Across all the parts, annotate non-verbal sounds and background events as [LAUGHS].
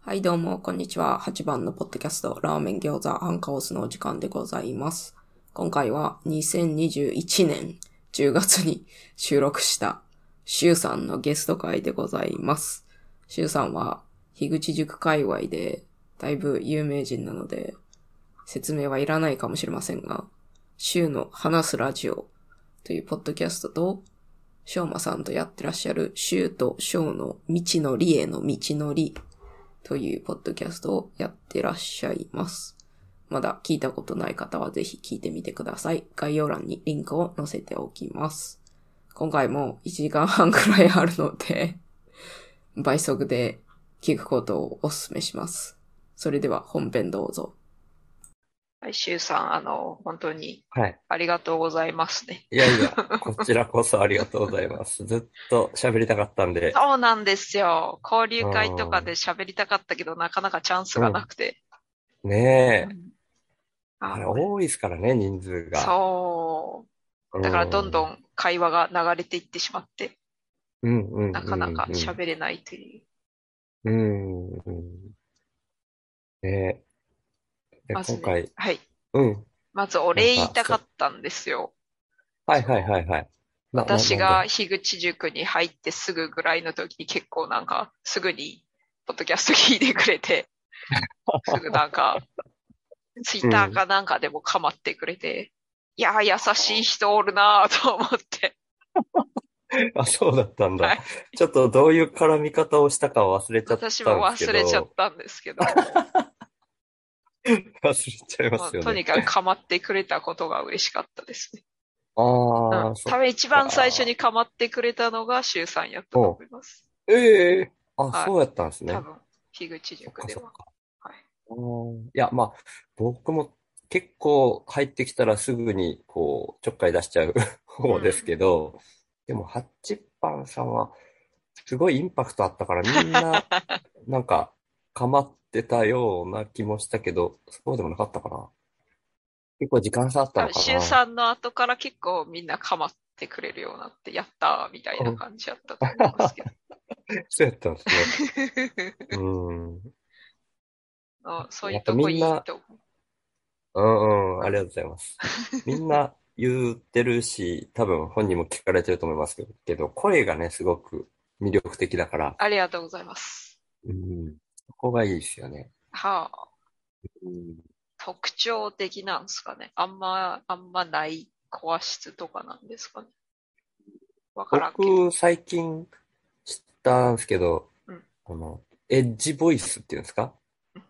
はい、どうも、こんにちは。8番のポッドキャスト、ラーメン餃子アンカオスのお時間でございます。今回は2021年10月に収録した、シュウさんのゲスト会でございます。シュウさんは、樋口塾界隈で、だいぶ有名人なので、説明はいらないかもしれませんが、シュウの話すラジオというポッドキャストと、ショウマさんとやってらっしゃる、シュウとショウの道のりへの道のりというポッドキャストをやってらっしゃいます。まだ聞いたことない方はぜひ聞いてみてください。概要欄にリンクを載せておきます。今回も1時間半くらいあるので、 [LAUGHS] 倍速で聞くことをお勧めします。それでは本編どうぞ。はい、シュウさん、あの、本当にはい。ありがとうございますね。いやいや、こちらこそありがとうござ [LAUGHS] います。ずっと喋りたかったんで、そうなんですよ。交流会とかで喋りたかったけど、なかなかチャンスがなくて。ねえ。ああれの多いですからね、人数が。そう。だからどんどん。ん会話が流れていってしまって、うんうんうんうん。なかなか喋れないという。うんうん。ねえ。で、まずね今回、はい。うん。まずお礼言いたかったんですよ。はいはいはいはい。な私、なが樋口塾に入ってすぐぐらいの時に結構なんか、すぐに、ポッドキャスト聞いてくれ [LAUGHS] て、すぐなんか、ツイッターかなんかでもかまってくれて、いやー、優しい人おるなーと思って。なんだあ、そうだったんはだい。ちょっとどういう絡み方をしたか忘れちゃったんで私すけもど。忘れちゃったんですけど、忘れちゃいままあすよとにね。かくかまってくれたことが嬉しかったですね。あうんあ、そ多分一番最初にかまってくれたのが周さんやったと思います。ええはあ、いそうやったんですね多。分、樋口そっ塾かでそっは。か。はいうんいや、まあ、僕も結構入ってきたらすぐにこうちょっかい出しちゃう [LAUGHS] 方ですけど、でも、ハッチッパンさんはすごいインパクトあったからみ [LAUGHS] んななんか構ってたような気もしたけど、そうでもなかったかな。結構時間差あった多の分、かシュウさんの後から結構みんなかまってくれるようになって、やったーみたいな感じだったと思いますけど。な。 [LAUGHS] そうやったんですね。うん。 [LAUGHS] あそういうとこいいと思う。うんうん、ありがとうございます。 [LAUGHS] みんな言ってるし、多分本人も聞かれてると思いますけど、声がね、すごく魅力的だから、ありがとうございます。うん、そこがいいですよね。はあ、うん、特徴的なんですかね。あんま、あんまないコア質とかなんですかね。わからんけど。僕、最近知ったんですけどうん、この、エッジボイスっていうんですかうん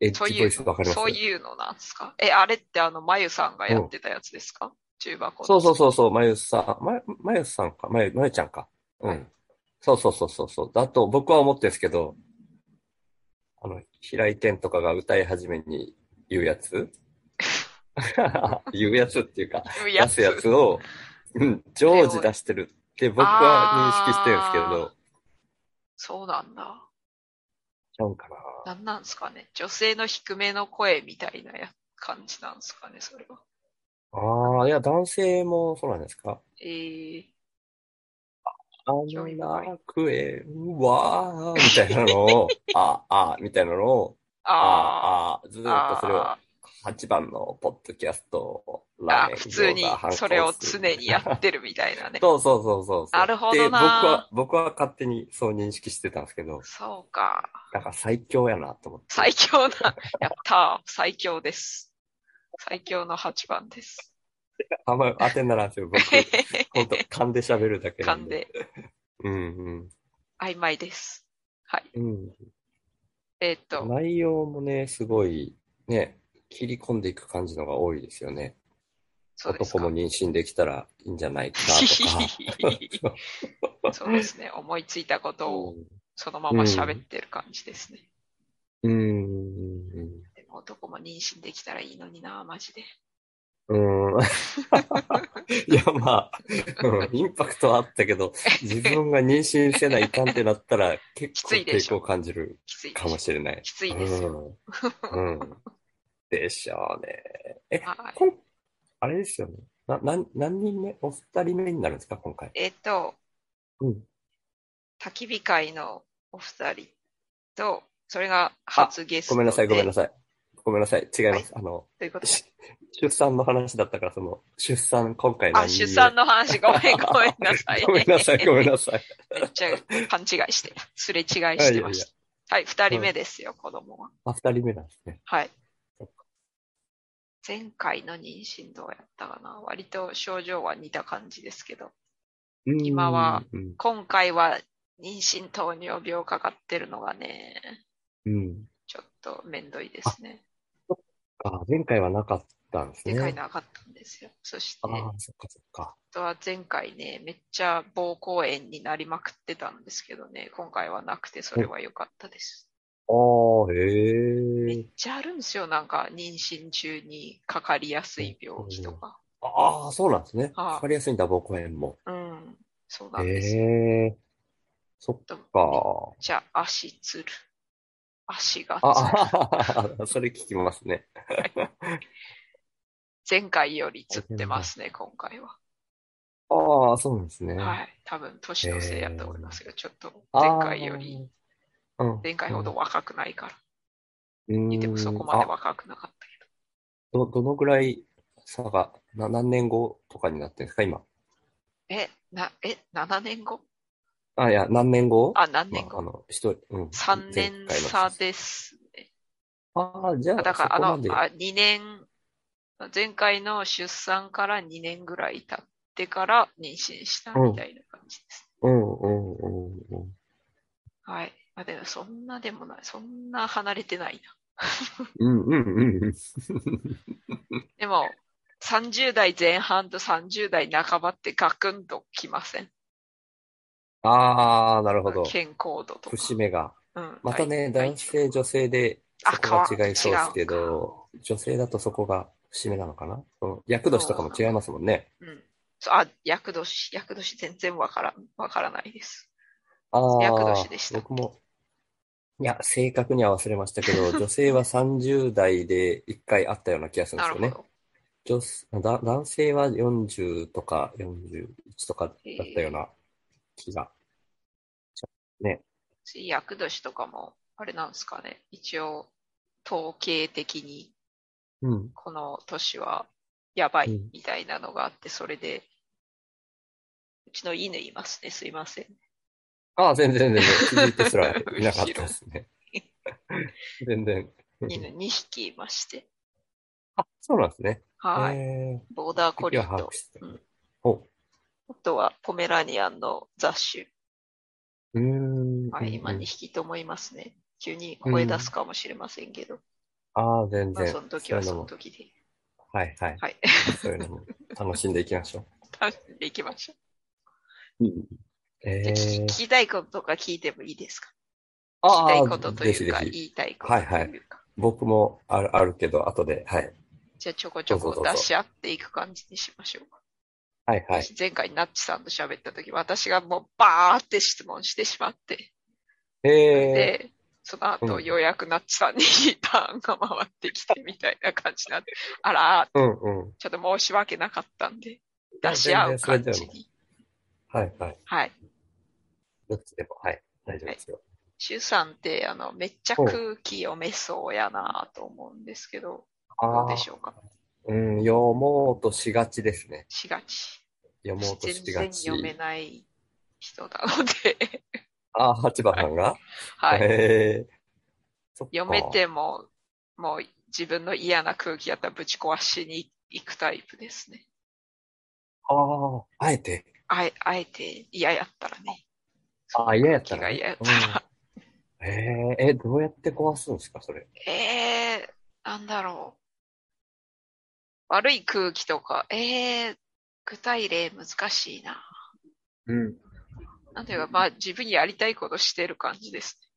エッそうジいボう、イスわかりますそういうのなんですか。え、あれってあの、まゆさんがやってたやつですか中箱のそうそうそうそう、まゆさん、まゆ、まゆさんか、まゆ、まゆちゃんか。うはいん。そうそうそうそうそう。だと僕は思ってるんですけど、あの、平井堅とかが歌い始めに言うや [LAUGHS] つ言うやつっていうか、いう出やつすやつを、うん、常時出してるって僕は認識してるんですけあど、そうなんだ。ちゃうかな。なんなんですかね。女性の低めの声みたいなや感じなんですかね、それは。ああ、いや、男性もそうなんですかえー、あ興味深いんなクエわー、みたいなのを、あ、あ、みたいなのを、ああーあー、ずーーっとそれをあ8番のポッドキャスト、ーラーあメーン普通に餃子反抗それをす。常にやってるみたいなねそうそうそうそうそう。なるほどなーで僕は、僕は勝手にそう認識してたんですけど、そうか。なんか最強やなと思って。最強な、やったー最強です。最強の8番 [LAUGHS] です。あんまり当てにならんで [LAUGHS] すよ、僕。ほんと、勘で喋るだけな勘んでで。うん曖昧です。はい。うん。えーっうと、ん。内容もね、すごい、ね、切り込んでいく感じのが多いですよね。そうです男かも。妊娠できたらいいんじゃないかと [LAUGHS] か。そうですね。思いついたことを [LAUGHS] そのまま喋ってる感じですね。うん。うんでも男も妊娠できたらいいのにな、マジで。うー [LAUGHS] ん。いや、まあ、うん、インパクトはあったけど、自分が妊娠せないかんってなったら、結き構ついで抵しょ抗感じるきついでかもしょ。しれない。きついですよ。うん。うん。でしょうね。え、はい。こん、あれですよね。な、なん、何人目お二人目になるんですか、今回。えーっと、うん。焚き火会のお二人と、それが初ゲストごで。めんなさい、ごめんなささい。ごめんなさい。違います。あの、い。ということでし出産の話だったから、その、出産、今回あ、何出産の話、ごめん、ごめんなさい。 [LAUGHS] ごめんなさい、ごめんなさい。めっちゃ勘違いして、すれ違いしいやいてやまいやした。はい、二人目ですよ、子供は。あ、二人目なんですね。はいそっ。前回の妊娠どうやったかな割と症状は似た感じですけど、今はうん、今回は妊娠糖尿病かかってるのがね、うん。ちょっとめんどいですね。あ、前回はなかったんですね。でかいなかったんですよ。そして、あああ、そっかそっか。とは前回ね、めっちゃ膀胱炎になりまくってたんですけどね、今回はなくてそれは良かったです。ああ、へめえっ。ちゃあるんですよ、なんか妊娠中にかかりやすい病気とか。ああ、そうなんですね。はいかかりやすいんだ、膀胱炎も。うん、そうなんですよ。へえ。そっとめっか。ちゃ足つる。足がつる。ああ、 [LAUGHS] それ聞きますね。前回よりつってますね、今回は。ああ、そうなんですね。はい。多分、年のせいやと思いますけど、ちょっとあー前回より、、うん前回ほど若くないから。うんでもそこまであ若くなかったけど。ど、どのぐらい差が、な何年後とかになってるんですか、今。え、な、え、7年後あ、いや、何年後あ、何年まあ、後あの、一人、うん。 ?3 年差で。ですね。ああ、じゃあ、だから、あそこの、まで。あ2年、前回の出産から2年ぐらい経ってから妊娠したみたいな感じです。うん、うん、うん、うん。はい。まあでも、そんなでもない。そんな離れてないな。うん、うん、うんうん。でも、30代前半と30代半ばってガクンときません。ああ、なるほど。健康度とか。節目が。うんまたね、大男性、女性で、あそこが変わ違いそうですけ違うど、女性だとそこが節目なのかなその厄年とかも違いますもんね。うん。そうあ、厄年、厄年全然わからん、わからないです。ああ、厄年でした僕も、いや、正確には忘れましたけ [LAUGHS] ど、女性は30代で1回あったような気がするんなでするよほね。ど。女性だ男性は40とか41とかだったような気が。厄年とかも、あれなんですかね。一応、統計的に、うん。この年はやばういんみたいなのがあって、それで、うちの犬いますね。すいません。ああ、全然全然。気づいて [LAUGHS] すらいなかったですね。全然。犬2匹いまして。あ、そうなんですね。はい。えボーダーー、コリ時はー把と握、してたうんおうあとはポメラニアンの雑種。うーん。はい、今うん2匹と思いますね。急に声出すかもしれませんけど、ああ、全まあ然。その時はそそういうののも。時で。はいはい。はい。そういうのも楽しんでいきましょ楽しんでいきましょう。うん。う。えじゃあ聞き聞ー、きたいこととか聞いてもいいですか聞あきたいあことというか、ぜひぜひ言いたいことというか。はいは僕もあるあるけど、後で、はい。じゃあちょこちょどうぞこどうぞ出し合っていく感じにしましょうか。はいはい。私前回ナッチさんと喋った時、私がもうバーって質問してしまって、えで、その後うんようやくナッチさんにターンが回ってきてみたいな感じになって、あらー、ー、うんうん。ちょっと申し訳なかったんで、や出し合う全然それ感でもじに。はいはい。はい。どっちでも、はい。大丈夫ですよ。シュウさんって、あの、めっちゃ空気読めそうやなと思うんですけど、どうあであしょうかうん、読もうとしがちですね。しがち。読もうとし全が然ち。読めない人なので、ああ、八番さんがはい。えー、そっか読めても、もう自分の嫌な空気やったらぶち壊しに行くタイプですね。ああ、あえて。あえ、あえて嫌やったらね。あ、嫌やった気らがね、嫌やったら。うんえー、え、どうやって壊すんですか、それ。えー、なんだろう。悪い空気とか、えー、具体例難しいな。うん。なんていうか、まあ自分にやりたいことしてる感じですね。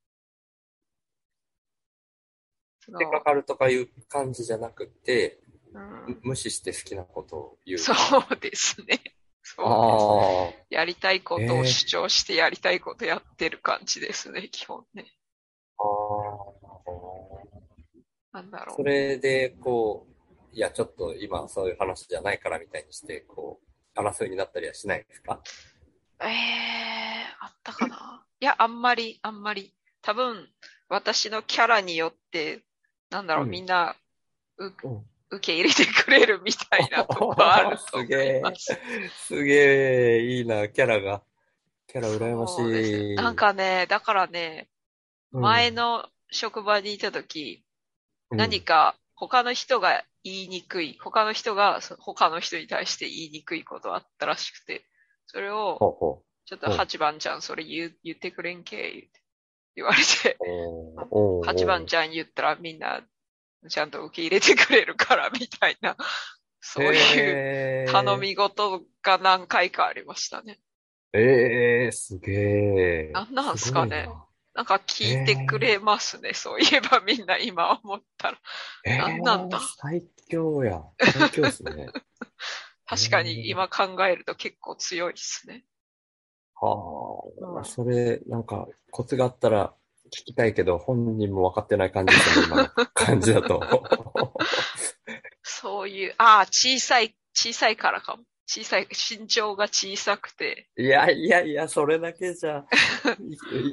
そので、かかるとかいう感じじゃなくて、うん、無視して好きなことを言う。そうですね。そうあです。やりたいことえをー主張してやりたいことやってる感じですね、基本ね。あ、なあんだあ。ろそれで、こう、いや、ちょっと今そういう話じゃないからみたいにして、こう、争いになったりはしないです [LAUGHS] かう。えー、あったかな。いや、あんまり、あんまり。多分、私のキャラによって、なんだろう、うんみんな、ううん受け入れてくれるみたいなとこあると思います。すげえ、いいな、キャラが。キャラ羨まそうですしねい。なんかね、だからね、うん、前の職場にいたとき、うん、何か他の人が言いにくい、他の人がそ他の人に対して言いにくいことあったらしくて、それを、ほうほちょっと8番ちゃんそれ言う言ってくれんけ、言って言われて、う。えーおうおう8番ちゃん言ったらみんなちゃんと受け入れてくれるからみたいな、そういうへー頼み事が何回かありましたね。ええすげえ。なんなんすかねごいな。なんか聞いてくれますね、そういえばみんな今思ったら。えなんなんだー最強や。最強っすね。 [LAUGHS] 確かに今考えると結構強いですね。はうんあ。それ、なんか、コツがあったら聞きたいけど、本人も分かってない感じですね、今の感じだ [LAUGHS] と。そういう、ああ、小さい、小さいからかも。小さい、身長が小さくて、いやいやいや、それだけじ [LAUGHS] ゃ、い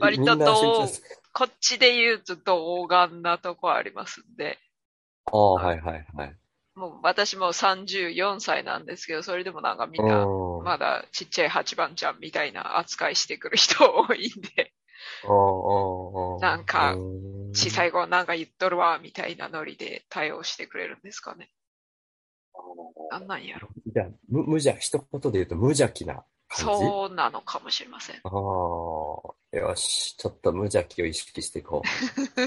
割とみんな慎どう重ですこっちで言うと童顔なとこありますんで、ああ、はいはいはい。もう私も34歳なんですけど、それでもなんかみんな、うん。まだちっちゃい8番ちゃんみたいな扱いしてくる人多いんで、うんうんうんなんかうん小さい子なんか言っとるわ、みたいなノリで対応してくれるんですかね。なんなんやろ。じゃあ無、無邪、一言で言うと無邪気な感じ。そうなのかもしれません。ああ、よし、ちょっと無邪気を意識していこ [LAUGHS] う。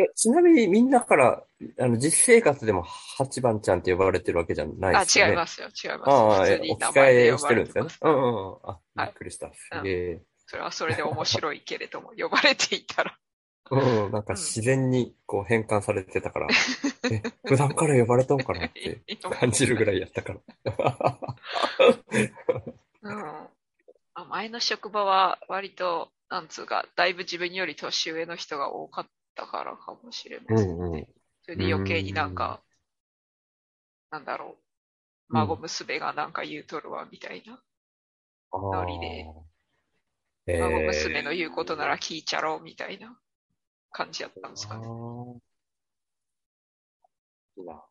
え、ちなみにみんなから、あの、実生活でも8番ちゃんって呼ばれてるわけじゃないあ、ですよ違いね。ますよ、違いあまあ、す。え普通おに名着替前でえ呼しばてるれんですてよまねす。。うんうんうん。あ、びはいっくりした。すうんげえ。それはそれで面白いけれども、呼ばれていた [LAUGHS] ら。うんうん、なんか自然にこう変換されて [LAUGHS] たから、え、普段から呼ばれたのかなって感じるぐらいやっ [LAUGHS] たから。 [LAUGHS] うん。あ前の職場は割と、なんつうか、だいぶ自分より年上の人が多かったからかもしれませんね。うんうんそれで余計になんか、なんだろう。孫娘がなんか言うとるわ、みたいな。あノリでーえ孫ー娘の言うことなら聞いちゃろう、みたいな感じだったんですかね。あーいいな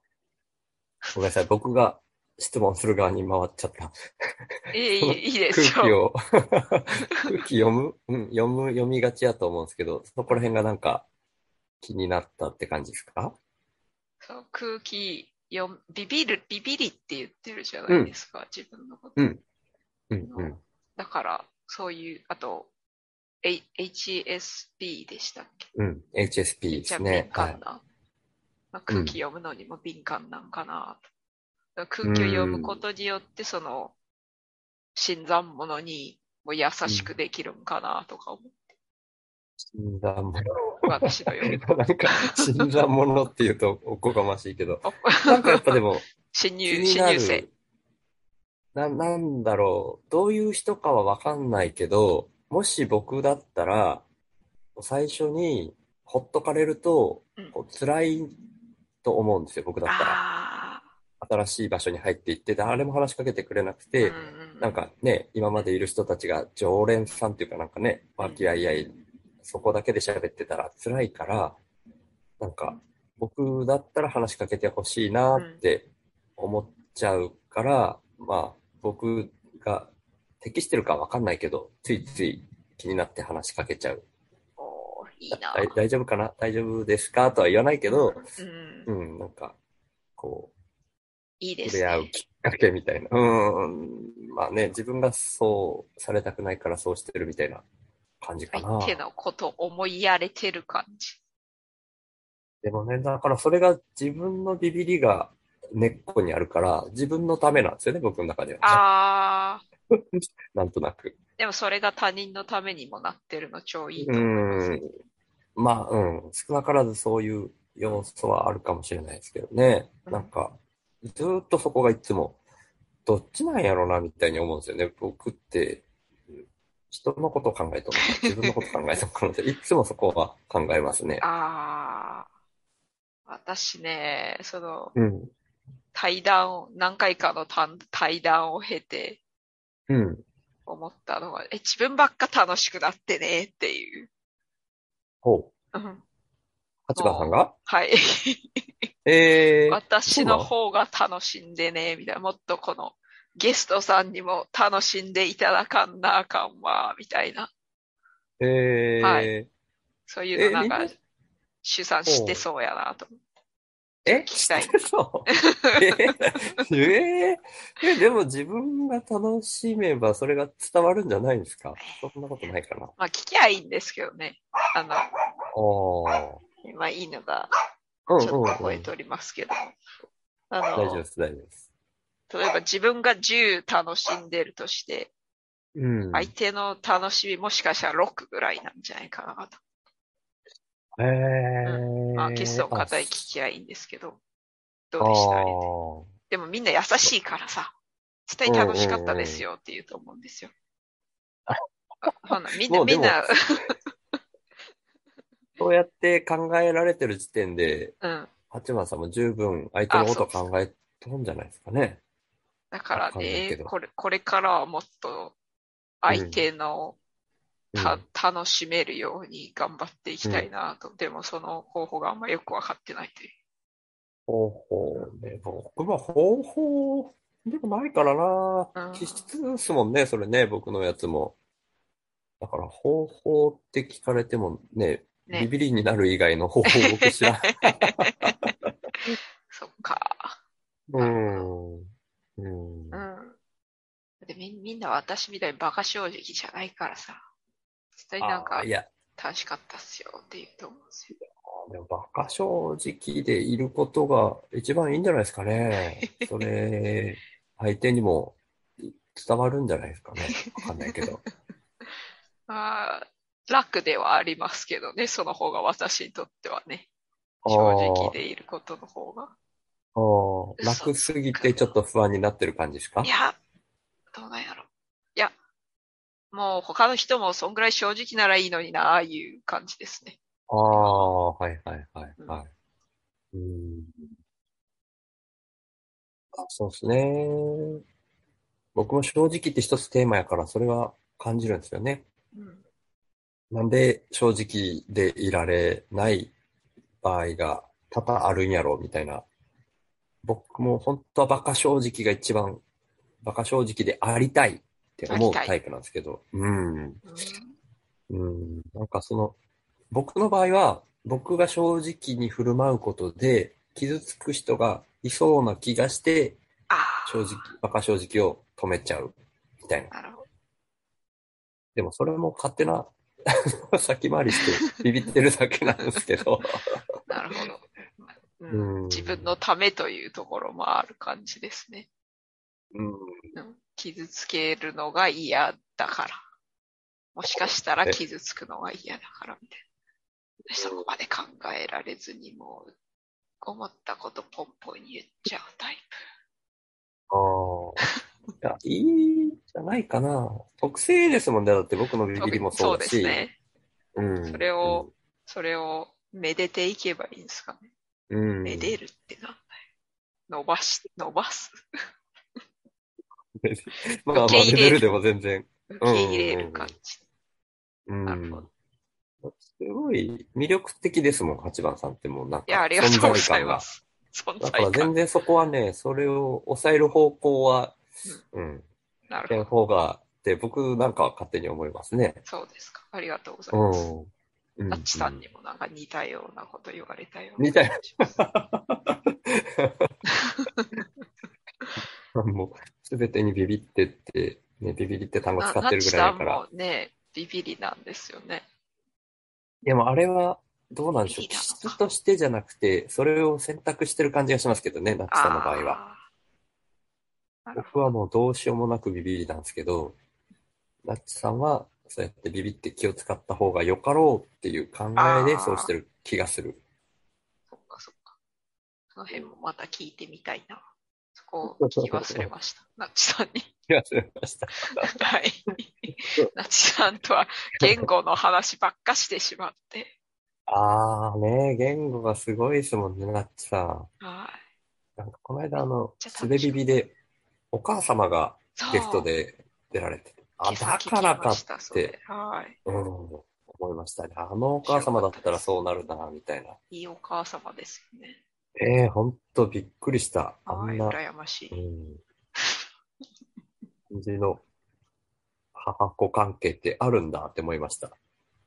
ごめんなさい、僕が質問する側に回っちゃった。ええいいいいです空気よ。を、 [LAUGHS] 空気読む、うん、読む、読みがちやと思うんですけど、そこら辺がなんか気になったって感じですかそう空気読むビビる、ビビりって言ってるじゃないですか、自分のこと。うんうん。だから、そういう、あと、H- HSP でしたっけうん。HSP ですじゃあね敏。は感。いな、まあ空気読むのにも敏感なんかなと。だから空気を読むことによって、その、新参者にも優しくできるんかなとか [LAUGHS] 思う、新参者。私のように。なんか、新参者っていうとおこがましいけど、 [LAUGHS] お [LAUGHS] なんかやっぱでも、新気入、に新な入生る。。な、なんだろう。どういう人かはわかんないけど、もし僕だったら、最初にほっとかれるとうん、こう辛いと思うんですよ、僕だったら。あ新しい場所に入っていって、誰も話しかけてくれなくあー、てう、んうんなんかね、今までいる人たちが常連さんっていうかなんかね、和気あいあい、そこだけで喋ってたら辛いから、なんか僕だったら話しかけてほしいなって思っちゃうから、まあ僕が適してるかわかんないけど、ついつい気になって話しかけちゃう。おーいいな。大大丈夫かな大丈夫ですかとは言わないけど、うんう、ん、なんか、こう、いいで触すれ合ねう。きっかけみたいな。うん。まあね、自分がそうされたくないからそうしてるみたいな感じかな。相手のこと思いやれてる感じ。でもね、だからそれが自分のビビりが根っこにあるから、自分のためなんですよね、僕の中では。ああ、なんとなく。でもそれが他人のためにもなってるの超いいうと思いますん。まあ、うん。少なからずそういう要素はあるかもしれないですけどね。うんなんか、ずーっとそこがいつも、どっちなんやろうな、みたいに思うんですよね。僕って、人のことを考えとるのか、自分のこと考えとるのかなって、いつもそこは考えますね。ああ、私ね、そのうん。対談を、何回かの単対談を経てうん。思ったのは、え、自分ばっか楽しくなってねっていうほう。うん八番さんがはい。えー、私の方が楽しんでね、みたいな。もっとこのゲストさんにも楽しんでいただかんなあかんわ、みたいな。えー、はそういうのなんえかみんな、主算してそうやなと。え聞きたいして [LAUGHS] そう。え [LAUGHS] ー、えーえでも自分が楽しめばそれが伝わるんじゃないんですかそんなことないかな。あまあ聞きゃいいんですけどね。あの、あ。今いいのがうんちうんょうん。っと大超えておりますけど。あ丈夫ので、す、大丈夫です。例えば自分が10楽しんでるとして、うん。相手の楽しみもしかしたら6ぐらいなんじゃないかなと。えー。まあゲストの方に聞あきゃいいんですけど、どうでしたあでもみんな優しいからさ、伝え楽しかったですよって言うと思うんです [LAUGHS] よ。ほなみんもな、うでみもんな、ーそうやって考えられてる時点で、うん。八番さんも十分相手のことを考えとんじゃないですかね。だからわかんないけね、どこれ、これからはもっと相手のた、楽しめるように頑張っていきたいなと。でもその方法があんまよくわかってないという。方法ね。僕は方法でもないからうんな。気質ですもんね、それね、僕のやつも。だから方法って聞かれてもね、ねビビりになる以外の方法を僕 [LAUGHS] 知らん。そっか。うん。うん。うん。でみみんな私みたいにバカ正直じゃないからさ、絶対なんあかいや、楽しかったっすよって言うと思うんですよ。でもバカ正直でいることが一番いいんじゃないですか [LAUGHS] ね。それ、相手にも伝わるんじゃないですかね。わかんない [LAUGHS] けど。まあ、楽ではありますけどね、その方が私にとってはね、正直でいることの方が。あー楽すぎてちょっと不安になってる感じですかいや、どうなんやろ。いや、もう他の人もそんぐらい正直ならいいのにな、ああいう感じですね。ああ、はいはいはいうんはい。うん。あそうですね。僕も正直って一つテーマやから、それは感じるんですよね。うん。なんで正直でいられない場合が多々あるんやろうみたいな。僕も本当はバカ正直が一番、バカ正直でありたいって思うありたいタイプなんですけど。うん。うんうん、なんかその、僕の場合は、僕が正直に振る舞うことで、傷つく人がいそうな気がして、あ正直、バカ正直を止めちゃう、みたいな。あ、なるほど。でもそれも勝手な、 [LAUGHS] 先回りしてビビってるだけなんですけ [LAUGHS] ど。なるほど。ううんん自分のためというところもある感じですね。うん、うん傷つけるのが嫌だから。もしかしたら傷つくのが嫌だからみたいな。そこまで考えられずにもう、思ったことポンポン言っちゃうタイああ。いや、いいんじゃないかな。特性ですもんね。だって僕のプ。ビビりもそそううだでし。すね。うん。それをそれをめでていけばいいんですかね。うん、めでるってなんだよ。伸ばし、伸ばす。 [LAUGHS] まあまあ、受け入れるレベルでも全然。受け入れる感じ。うなるほん。すごい魅力的ですもん、八番さんってもうなんか。いや、ありがとうございます。存存在在感が。だから感全。然そこはね、それを抑える方向は、うん、なるほやど。る方が、って僕なんかは勝手に思いますね。そうですか。ありがとうございうます。ん。うんタッチさんにもなんか似たようなこと言われたような。似たようん [LAUGHS] もう、すべてにビビってって、ね、ビビりって単語な使っなてっるちぐらさいだんから。もね、ビビリなんですよね。でもあれは、どうなんでしょう。ビビり気なのか質としてじゃなくて、それを選択してる感じがしますけどね、ナッチさんの場合は。あー。なる僕はもうどうしようもなくビビりなんですけど、ナッチさんはそうやってビビって気を使った方がよかろうっていう考えでそうしてる気がする。ほど。そっかそっか。その辺もまた聞いてみたいな。そこを聞き忘れま [LAUGHS] した。ナッチさんに。気がすりました。 [LAUGHS] はい。ナッチさんとは言語の話ばっかしてしまって。あーね、言語がすごいですもんね、ナッチさん。はい。なんかこの間あの、ちゃすべビビでお母様がそうゲストで出られてて、あ、今朝だ聞きからまかし、たそれはい。うん、思いましたね。あのお母様だったらそうなるな、みたいな。いいお母様ですよね。ええほんとびっくりした。あはんい、な、羨ましうい。ん。感じの母子関係ってあるんだって思いました。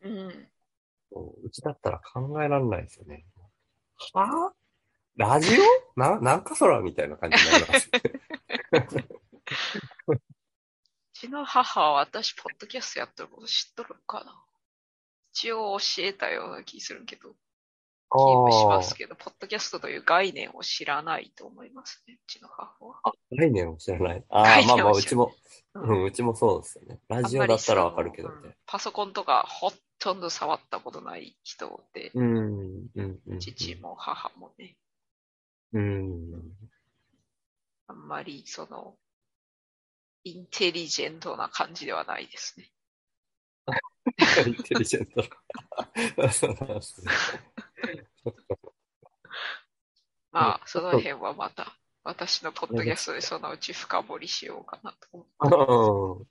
うん。もううちだったら考えられないですよね。はぁラジオな、なんかそらみたいな感じになり [LAUGHS] ます。うちの母は私、ポッドキャストやってること知っとるかな一応教えたような気するけど、キープしますけど、ポッドキャストという概念を知らないと思いますね、うちの母は。概念を知らない。あ概念あ、をまあまあ、う知ちらも、ううん、うちもそうですよね。ラジオだったらわかるけどあんまりそのね。パソコンとかほとんど触ったことない人で、うん、うん、うん。父も母もね、うん。あんまりその、インテリジェントな感じではないですね。インテ [LAUGHS] リ [LAUGHS] ジェントだ。そうなんですね。まあ、その辺はまた、私のポッドキャストでそのうち深掘りしようかなと思う。うん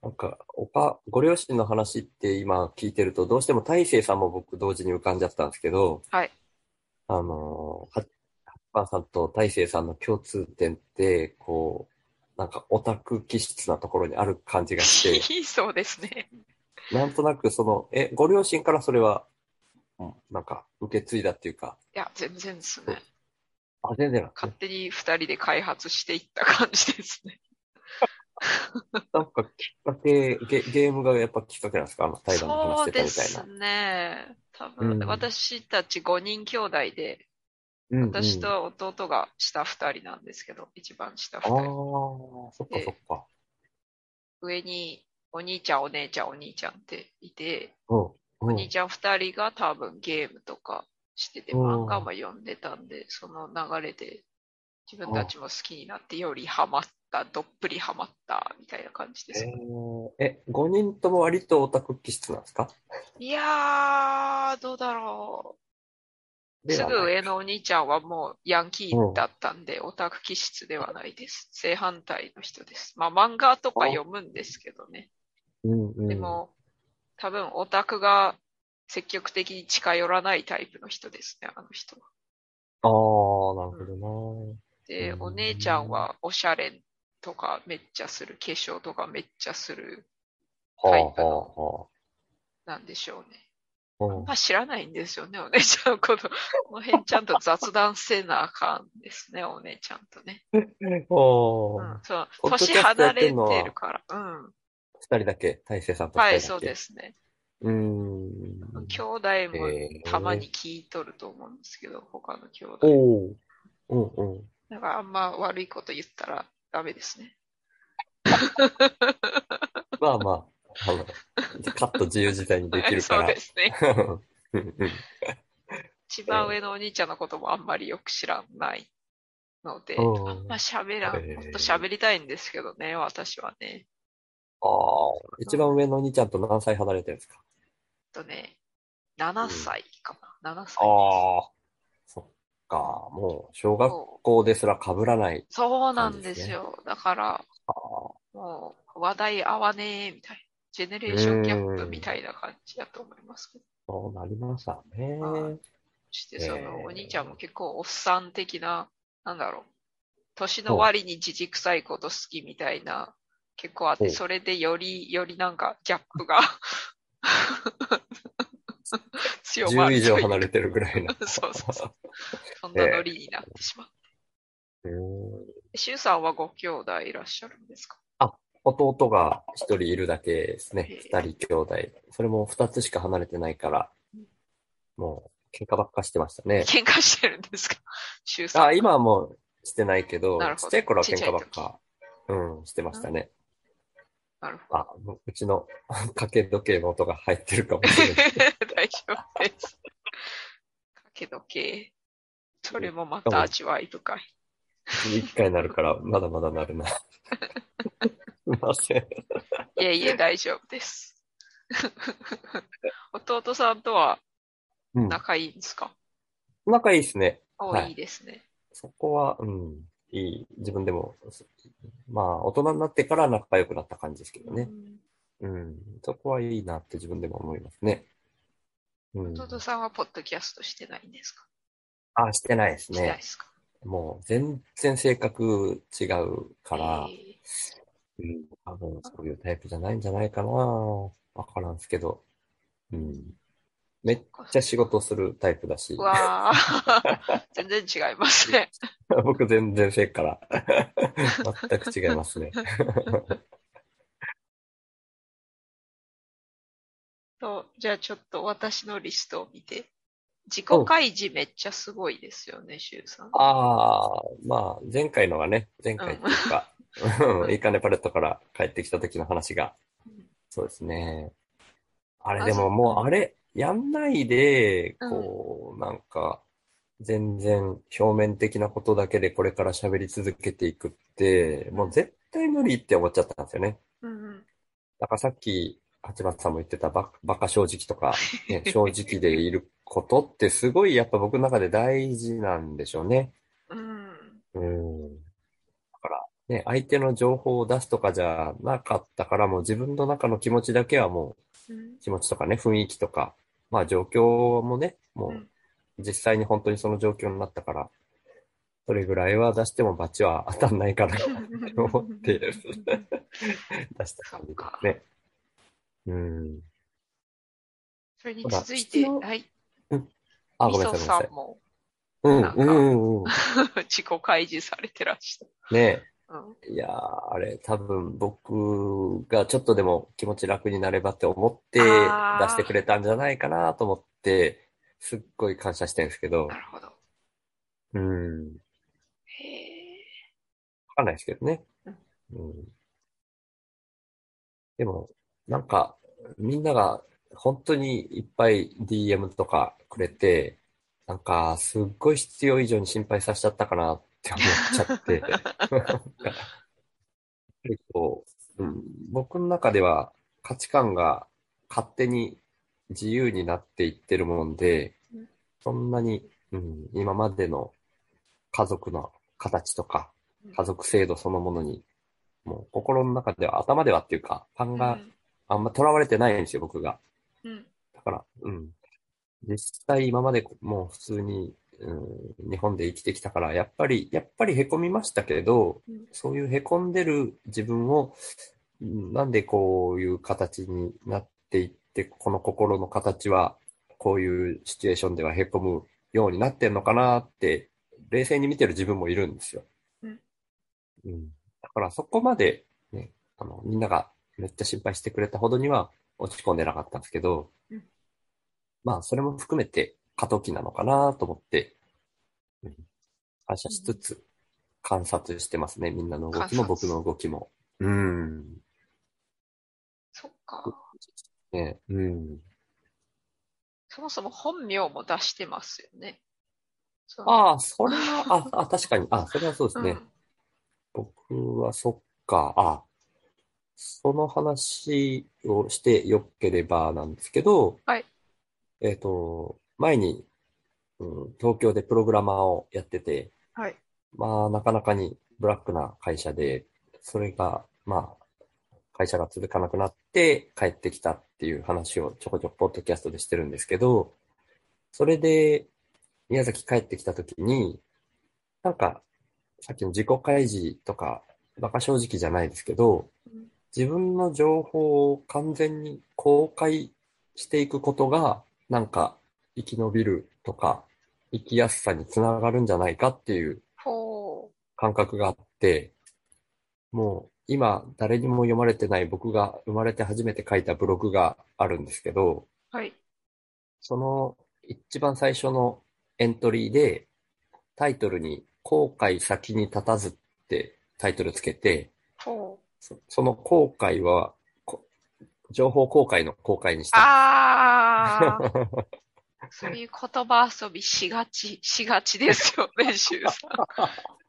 なんか、おか、ご両親の話って今聞いてると、どうしても大成さんも僕同時に浮かんじゃったんですけど、はい。あのー、は、はっぱんさんと大成さんの共通点って、こう、なんかオタク気質なところにある感じがし [LAUGHS] て、そうですね。なんとなくその、え、ご両親からそれは、うんなんか受け継いだっていうか、いや、全然ですね。あ、全然なんです勝ね手に二人で開発していった感じですね。なんかきっかけ、ゲ、ゲームがやっぱきっかけなんですかあの、対談の話そしうてたでみたいすな。ね。多分、うん私たち5人兄弟で、うんうん私と弟が下二人なんですけど、一番下ああ二人。、そっかそっか。上にお兄ちゃん、お姉ちゃん、お兄ちゃんっていて、うん。うおん兄ちゃん二人が多分ゲームとかしてて、うん漫画も読んでたんで、その流れで自分たちも好きになって、よりハマった、どっぷりハマった、みたいな感じです。えーえ、5人とも割とオタク気質なんですかいやー、どうだろう。ですはぐ上のお兄ちゃんはもうヤンキーだったんで、オタク気質ではないです。正反対の人です。まあ漫画とか読むんですけどね。うんうんでも、多分オタクが積極的に近寄らないタイプの人ですね、あの人は。ああ、なるほで、うんお姉ちゃんはおしゃれとかめっちゃする、化粧とかめっちゃする、どな。タはイプあのはあはなんでしょうね。あ。うんまあ知らないんですよね、お姉ちゃんのこと。この辺ちゃんと雑談せなあかんですね、お姉ちゃんとね。うおーん、そうポッドキャ年ストや離っれててんのはるから。うん。二人だけ、大成さんとは二い、人そだうけ。ですね。うーん。兄弟もたまに聞いとると思うんですけど、他の兄えー。弟。おお。うんうん。だからあんま悪いこと言ったらダメですね。まあまあ、あの、カット自由自在にできるから。 [LAUGHS] そうです [LAUGHS] ね。うんうん一番上のお兄ちゃんのこともあんまりよく知らないので、うんあんま喋らん。へーもっと喋りたいんですけどね、私はね。ああ、一番上のお兄ちゃんと何歳離れてるんですかえっとね、7歳かな。7歳です。ああ、そっか。もう、小学そう校ですら被らない。そうなんですよ。だから、あもう話題合わねえみたいな。ジェネレーションギャップみたいな感じだと思いますけど。そうなりましたね。はいそして、そへのーお兄ちゃんも結構おっさん的な、なんだろう。年の割にじじくさいこと好きみたいな、結構あって、ほうそれでより、よりなんかギャップ [LAUGHS] が強ま10る。以上離れてるぐらいな。そうそうそう。そんなノリになってしまう。うんシュウさんはご兄弟いらっしゃるんですか [LAUGHS] 弟が一人いるだけですね。へ二え人兄弟。それも二つしか離れてないから、もう、喧嘩ばっかしてましたね。喧嘩してるんですかシュウさん。あ、今はもうしてないけどなる、ほどちっちゃい頃は喧ちっちゃい嘩ばっ時か、うん、してましたね。なるほあ、ううちの [LAUGHS] 掛け時計の音が入ってるかもど。しれない。 [LAUGHS] 大丈夫です。かけどけ。それもまた味わい深い。一回なるから、まだまだなる [LAUGHS] な。すいません。いえいえ、大丈夫です。 [LAUGHS] 弟さんとはうん、仲いいんですか、仲いいですね。おはいいいですね。そこは、うん、いい。自分でも、そまあ、大人になってから仲良くなった感じですけどね。うんうん、そこはいいなって自分でも思いますね。うん。弟さんはポッドキャストしてないんですかあ、してないですしてないねで。すかもう全然性格違うからえ、ーうん、多分そういうタイプじゃないんじゃないかな。わからんすけど。うん。めっちゃ仕事するタイプだしう、わあ、 [LAUGHS] 全然違いますね。 [LAUGHS] 僕全然せっから。 [LAUGHS] 全く違いますね。とじゃあちょっと私のリストを見て。自己開示めっちゃすごいですよね、シュウさん。ああ、まあ、前回のがね、前回っていうか、 [LAUGHS] うんいいかねパレットから帰ってきた時の話がうん、そうですね。あれあでそもうもうあれ、やんないで、うんこう、なんか、全然表面的なことだけでこれから喋り続けていくって、もう絶対無理って思っちゃったんですよね。うんうんだからさっき、八幡さんも言ってたバ、バカ正直とか、 [LAUGHS] ね、正直でいることってすごいやっぱ僕の中で大事なんでしょうね。うん。うん。だから、ね、相手の情報を出すとかじゃなかったから、もう自分の中の気持ちだけはもうんう、気持ちとかね、雰囲気とか、まあ状況もね、もうんう、実際に本当にその状況になったから、それぐらいは出しても罰は当たんないから、思ってる出した感じですね。うん。それに続いて、ほらはい、あ、みごめんなそさい、ごめんなささいん。もうなんん、うかん、うん。 [LAUGHS] 自己開示されてらっしねゃる。うんえ。いやー、あれ、多分僕がちょっとでも気持ち楽になればって思って出あーしてくれたんじゃないかなと思って、すっごい感謝してるんですけどな、るほど。うん、わへえ。かんないですけどね。うんうん。でも、なんか、みんなが本当にいっぱい DM とかくれて、なんか、すっごい必要以上に心配させちゃったかなって思っち [LAUGHS] ゃって。やっぱりこう、うん、僕の中では価値観が勝手に自由になっていってるもんでうん、そんなに、うん、今までの家族の形とかうん、家族制度そのものに、もう心の中では、頭ではっていうか、う勘んがあんま囚われてないんですよ、僕が。うんだから、うん。実際今までもう普通に、うん、日本で生きてきたから、やっぱり、やっぱり凹みましたけどうん、そういう凹んでる自分を、うんなんでこういう形になっていって、この心の形は、こういうシチュエーションでは凹むようになってんのかなって、冷静に見てる自分もいるんですよ。うんうん。だからそこまで、ね、あの、みんながめっちゃ心配してくれたほどには落ち込んでなかったんですけど、まあ、それも含めて過渡期なのかなと思って、うん感謝しつつ、観察してますね。みんなの動きも観僕察の動きも。うん。そっか。ね、うん。そもそも本名も出してますよね。そのああ、それは、あ、あ、確かに。あ、それはそうですうね。ん僕はそっか、あ、その話をしてよければなんですけど、はいえっと、前に、うん、東京でプログラマーをやってて、はい。まあ、なかなかにブラックな会社で、それが、まあ、会社が続かなくなって帰ってきたっていう話をちょこちょこポッドキャストでしてるんですけど、それで、宮崎帰ってきた時に、なんか、さっきの自己開示とか、馬鹿正直じゃないですけどうん、自分の情報を完全に公開していくことが、なんか、生き延びるとか、生きやすさにつながるんじゃないかっていうほ感覚があって、もう今誰にも読まれてない僕が生まれて初めて書いたブログがあるんですけど、う。はい。その一番最初のエントリーでタイトルに後悔先に立たずってタイトルつけて、ほう。そその後悔はこ情報公開の公開にした。 [LAUGHS] ああそういう言葉遊びしがち、しがちですよ [LAUGHS] ね、シュウさ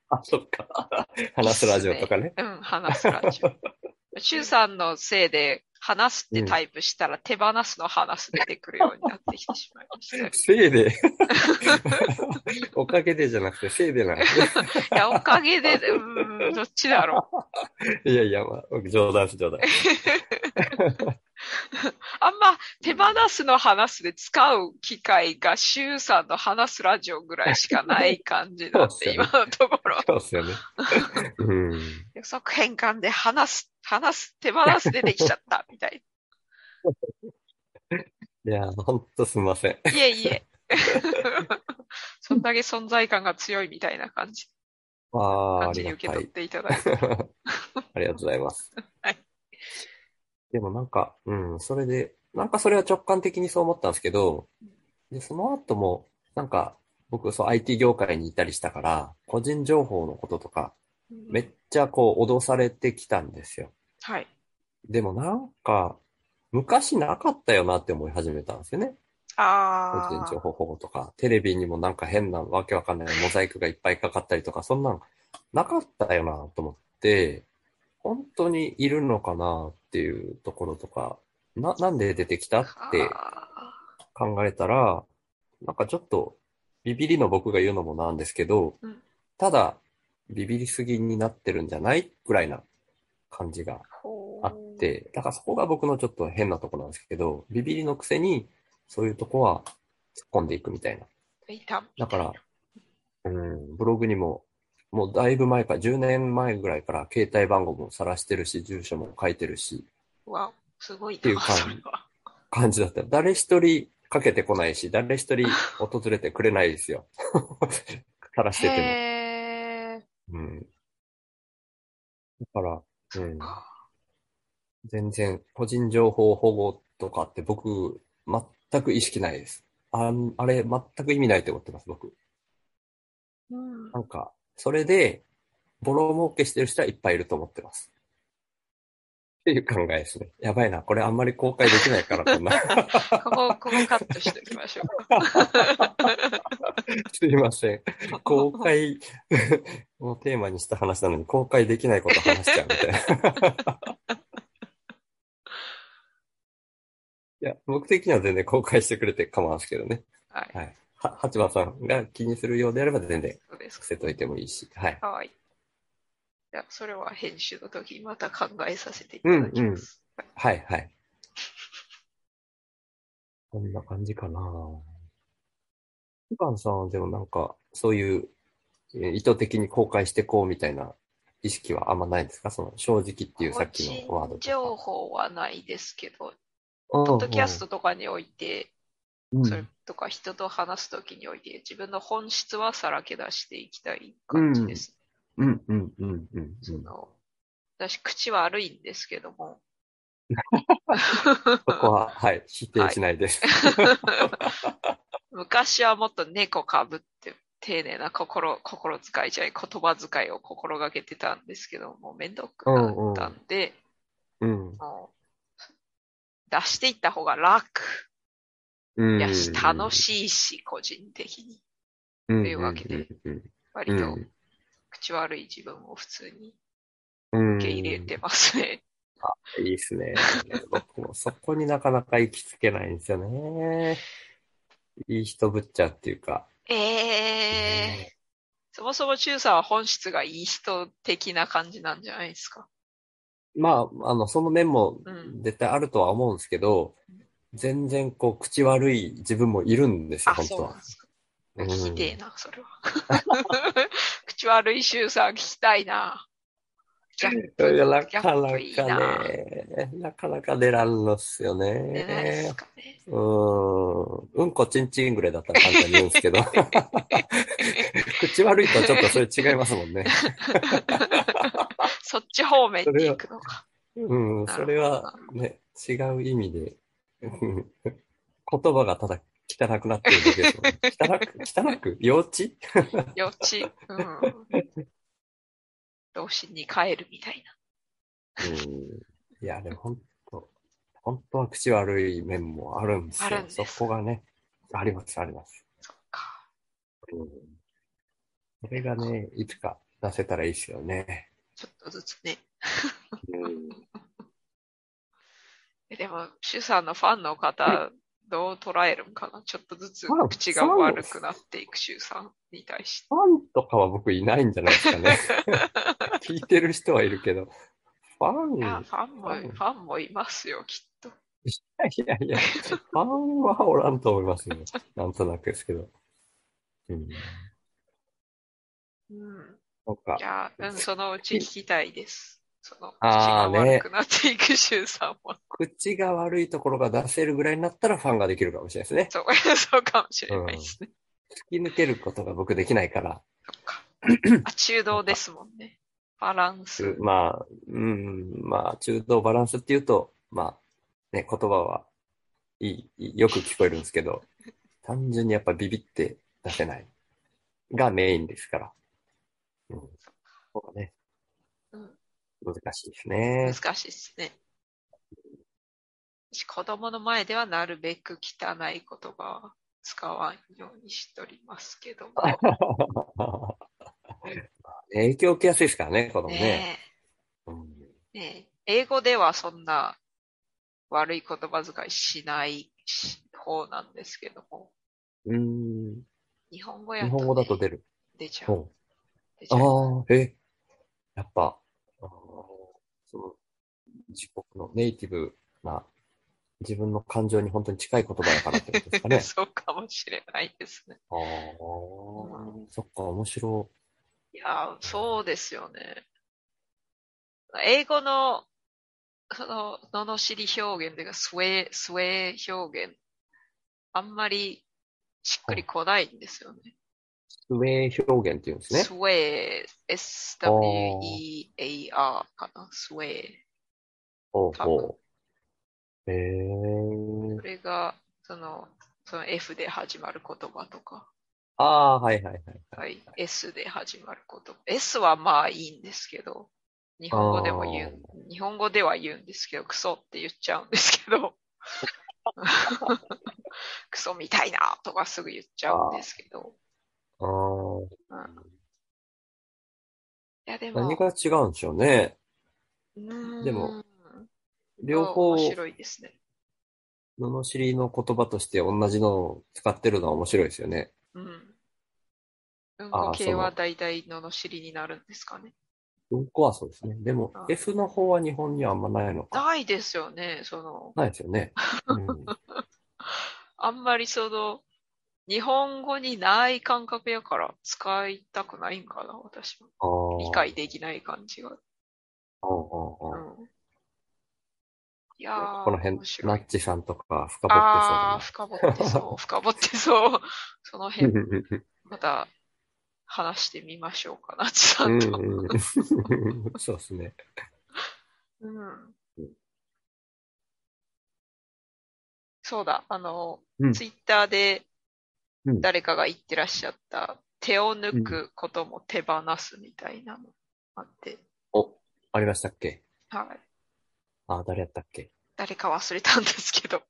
あ、そっか。話すラジオとかね。ん。うん、話すラジオ。シュウさんのせいで、話すってタイプしたら、手放すの話す出てくるようになってきてしまいましたよ。せいで。おかげでじゃなくて、せいでなんですねいや、おかげで、うーん、どっちだろいやいや、まあ、冗談です、冗談。あんま手放すの話すで使う機会が、シュウさんの話すラジオぐらいしかない感じなんそうっすで、よ今ねのところ。そうですよね。うん。予測変換で話す、話す、手放す出てきちゃった、みたいいや、ほんとすみません。な。いえいえ。そんだけ存在感が強いみたいな感じ、ああ、 [LAUGHS] 感あじりにが受けた取っい。ていただいて。 [LAUGHS] ありがとうございます。はいでもなんか、うん、それで、なんかそれは直感的にそう思ったんですけど、で、その後も、なんか、僕、そう、IT 業界にいたりしたから、個人情報のこととか、めっちゃこう、脅されてきたんですよ。はい。でもなんか、昔なかったよなって思い始めたんですよね。個あ人情あ。報保護とか、テレビにもなんか変なわけわかんないモザイクがいっぱいかかったりとか、そんなんなかったよなと思って、本当にいるのかなっていうところとか、な、なんで出てきたってあ考えたら、なんかちょっとビビりの僕が言うのもなんですけどうん、ただビビりすぎになってるんじゃないぐらいな感じがーほーあって、だからそこが僕のちょっと変なとこなんですけど、ビビりのくせにそういうとこは突っ込んでいくみたいな。いただから、うん、ブログにも、もうだいぶ前から、10年前ぐらいから携帯番号も晒してるし、住所も書いてるし、うわ、すごいな、ていう感じそれは。感じだった。誰一人かけてこないし、誰一人訪れてくれないですよ。晒しててへえ。も。うん。だから、うん、あ全然個人情報保護とかって僕、全く意識ないです。あんあれ、全く意味ないと思ってます、僕。うんなんか、それで、ボロ儲けしてる人はいっぱいいると思ってます。っていう考えですね。やばいな。これあんまり公開できないから、こんな。ここ、ここカットしておきましょう。すいません。公開 [LAUGHS] をテーマにした話なのに、公開できないこと話しちゃうみたいな。いや、僕的には全然公開してくれて構わんすけどね。はい。はい。は、八番さんが気にするようであれば全然そうです伏。せといてもいいし。はい。はい。じゃあ、それは編集の時にまた考えさせていただきうんうまんす。はいはい。こんな感じかな。ルパンさんはでもなんか、そういう、えー意図的に公開してこうみたいな意識はあんまないんですかその、正直っていうさっきのワ個人ードとか。情報はないですけど、うんうん、ポッドキャストとかにおいて、うんそれとか人と話す時において、自分の本質はさらけ出していきたい感じです。うんうんうんうんうん。その私、口は悪いんですけども。そこは、はい、否定しないです。 [LAUGHS] 昔はもっと猫かぶって、丁寧な心、心遣いじゃない、言葉遣いを心がけてたんですけど、もうめんどくなったんで、うん。もう、出していった方が楽。うん。いやし、楽しいし、個人的に。いっていうわけで。割うとん。口悪い自分を普通にうん受け入れてますね。いいですね。僕もそこになかなか行きつけないんですよね。いい人ぶっちゃっていうか。ええー。そもそも中さんは本質がいい人的な感じなんじゃないですか。まあ、あの、その面もうん絶対あるとは思うんですけど、全然こう、口悪い自分もいるんですよ、あ、本そう当なんはで。すか。うん聞きてえな、それは。 [LAUGHS] 口悪い周さん聞きたいな。ギャップいや、なギャかなップいいな。かね、なかなか出らんのっすよ出ないでねす。かね。 [LAUGHS] うーん。うんこちんちんぐらいだったら簡単に言うんですけど。 [LAUGHS] 口悪いとちょっとそれ違いますもんね。そっち方面に行くのか。うん、それはね、違う意味で、 [LAUGHS] うん言葉がただ汚くなってるだけですもんね。汚く、汚く、幼稚幼稚。うん。童心に帰るみたいうん。いや、でも本当、本当は口悪い面もあるんですよ。あるんですそこがね、あります、あります。なか。うん。それがね、いつか出せたらいいですよね。ちょっとずつね。うん。えでも、主さんのファンの方、どう捉えるんかなちょっとずつファン口が悪くなっていく周さんに対して。ファンとかは僕いないんじゃないですかね。聞いてる人はいるけど、ファいン、いや、ファンも、うフんァンもいますよ、きっと。やいやいや、ファンはおらんと思いま [LAUGHS] すよ。なんとなくですけど。うん。うん。そうかい。や、うん、そのうち聞きたいです。その、口があーね悪くなっていく周さんも。口が悪いところが出せるぐらいになったらファンができるかもしれないですね。そう、 [LAUGHS] そうかもしれないですね。突き抜けることが僕できないから。そっか。あ、中道ですもんね。バランス。まあ、うん、まあ、中道バランスっていうと、まあ、ね、言葉はいい、いいよく聞こえるんですけど、単純にやっぱビビって出せないがメインですから。うん。そうだね。うん難しいですね。難しいですね。私子供の前ではなるべく汚い言葉は使わんようにしておりますけども。影響を受けやすいですからね、子供ね。ねうんえ、ねえ、英語ではそんな悪い言葉遣いしないし方なんですけども、うん。日本語やと、日ね、本語だと出る。出ちゃうう。ん出ちゃう。ああ、え、やっぱ、あのその、自国のネイティブな、自分の感情に本当に近い言葉だからってことですかね。 [LAUGHS] [LAUGHS] そうかもしれないですね。ああ、うそっか、面白いやー、そうですよね。英語の、その、罵り表現というか、スウェー、スウェー表現、あんまりしっくりこないんですよね。い。ウェー表現っていうんですねス。ウェー、SWEAR かな、スウェー。ほう多ほう。へえそれが、その、その F で始まる言葉とか、ああ、はいはいはい。はい、S で始まる言葉。S はまあいいんですけど、日本語でも言う、日本語では言うんですけど、クソって言っちゃうんですけど、クソみたいなとかすぐ言っちゃうんですけど、あーいやでも何、が違うんでしょうね。うーんでも、両方、面白いですね。罵りの言葉として同じのを使ってるのは面白いですよね。うん。文語そ系のは大体ののりになるんですかね。うんこはそうですね。でもあ、 F の方は日本にはあんまないのか。ないですよね、その、ないですよね。うん、あんまりその、日本語にない感覚やから使いたくないんかな、私は。あー理解できない感じが。うんうんううんん。いやー、この辺面、白ナいッ。チさんとか深掘ああー、っ深掘って [LAUGHS] そう、深掘ってそう。そのてそう辺、だな。また話してみましょうかな、ちさうんんと。うんうんそうですね。うんうんそうだ、あの、うんツイッターでうん誰かが言ってらっしゃった、手を抜くことも手放すみたいなのあって、お、ありましたっけはい。あー、誰やったっけ誰か忘れたんですけ [LAUGHS] ど、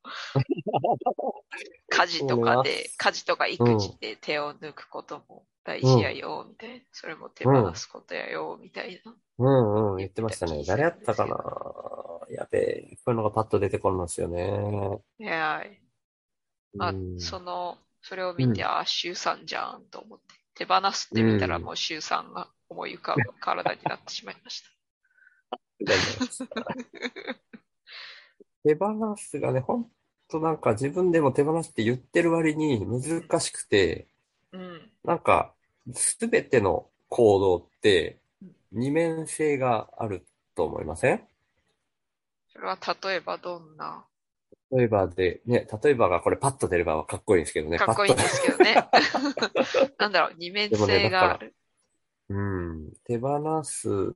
家事とかで、家事とか育児で手を抜くことも大事やよ、みたいな。それも手放すことやよ、みたいな。うんうん、言ってました言ね。ってた誰やったかなやべえ、こういうのがパッと出てこるんですよね。ねはい。まあう、んその、それを見て、うああ、シュウさんじゃんと思って、手放すってみたら、うんもうシュウさんが思い浮かぶ体になってしまいました。大丈夫です。手放すがね、ほんとなんか自分でも手放すって言ってる割に難しくて、うん。なんかすべての行動って二面性があると思いませんそれは例えばどんな、例えばで、ね、例えばがこれパッと出ればかっこいいんですけどね、かっこいいんパでッと。すけどね。 [LAUGHS] なんだろう、二面性がある。うん、手放す。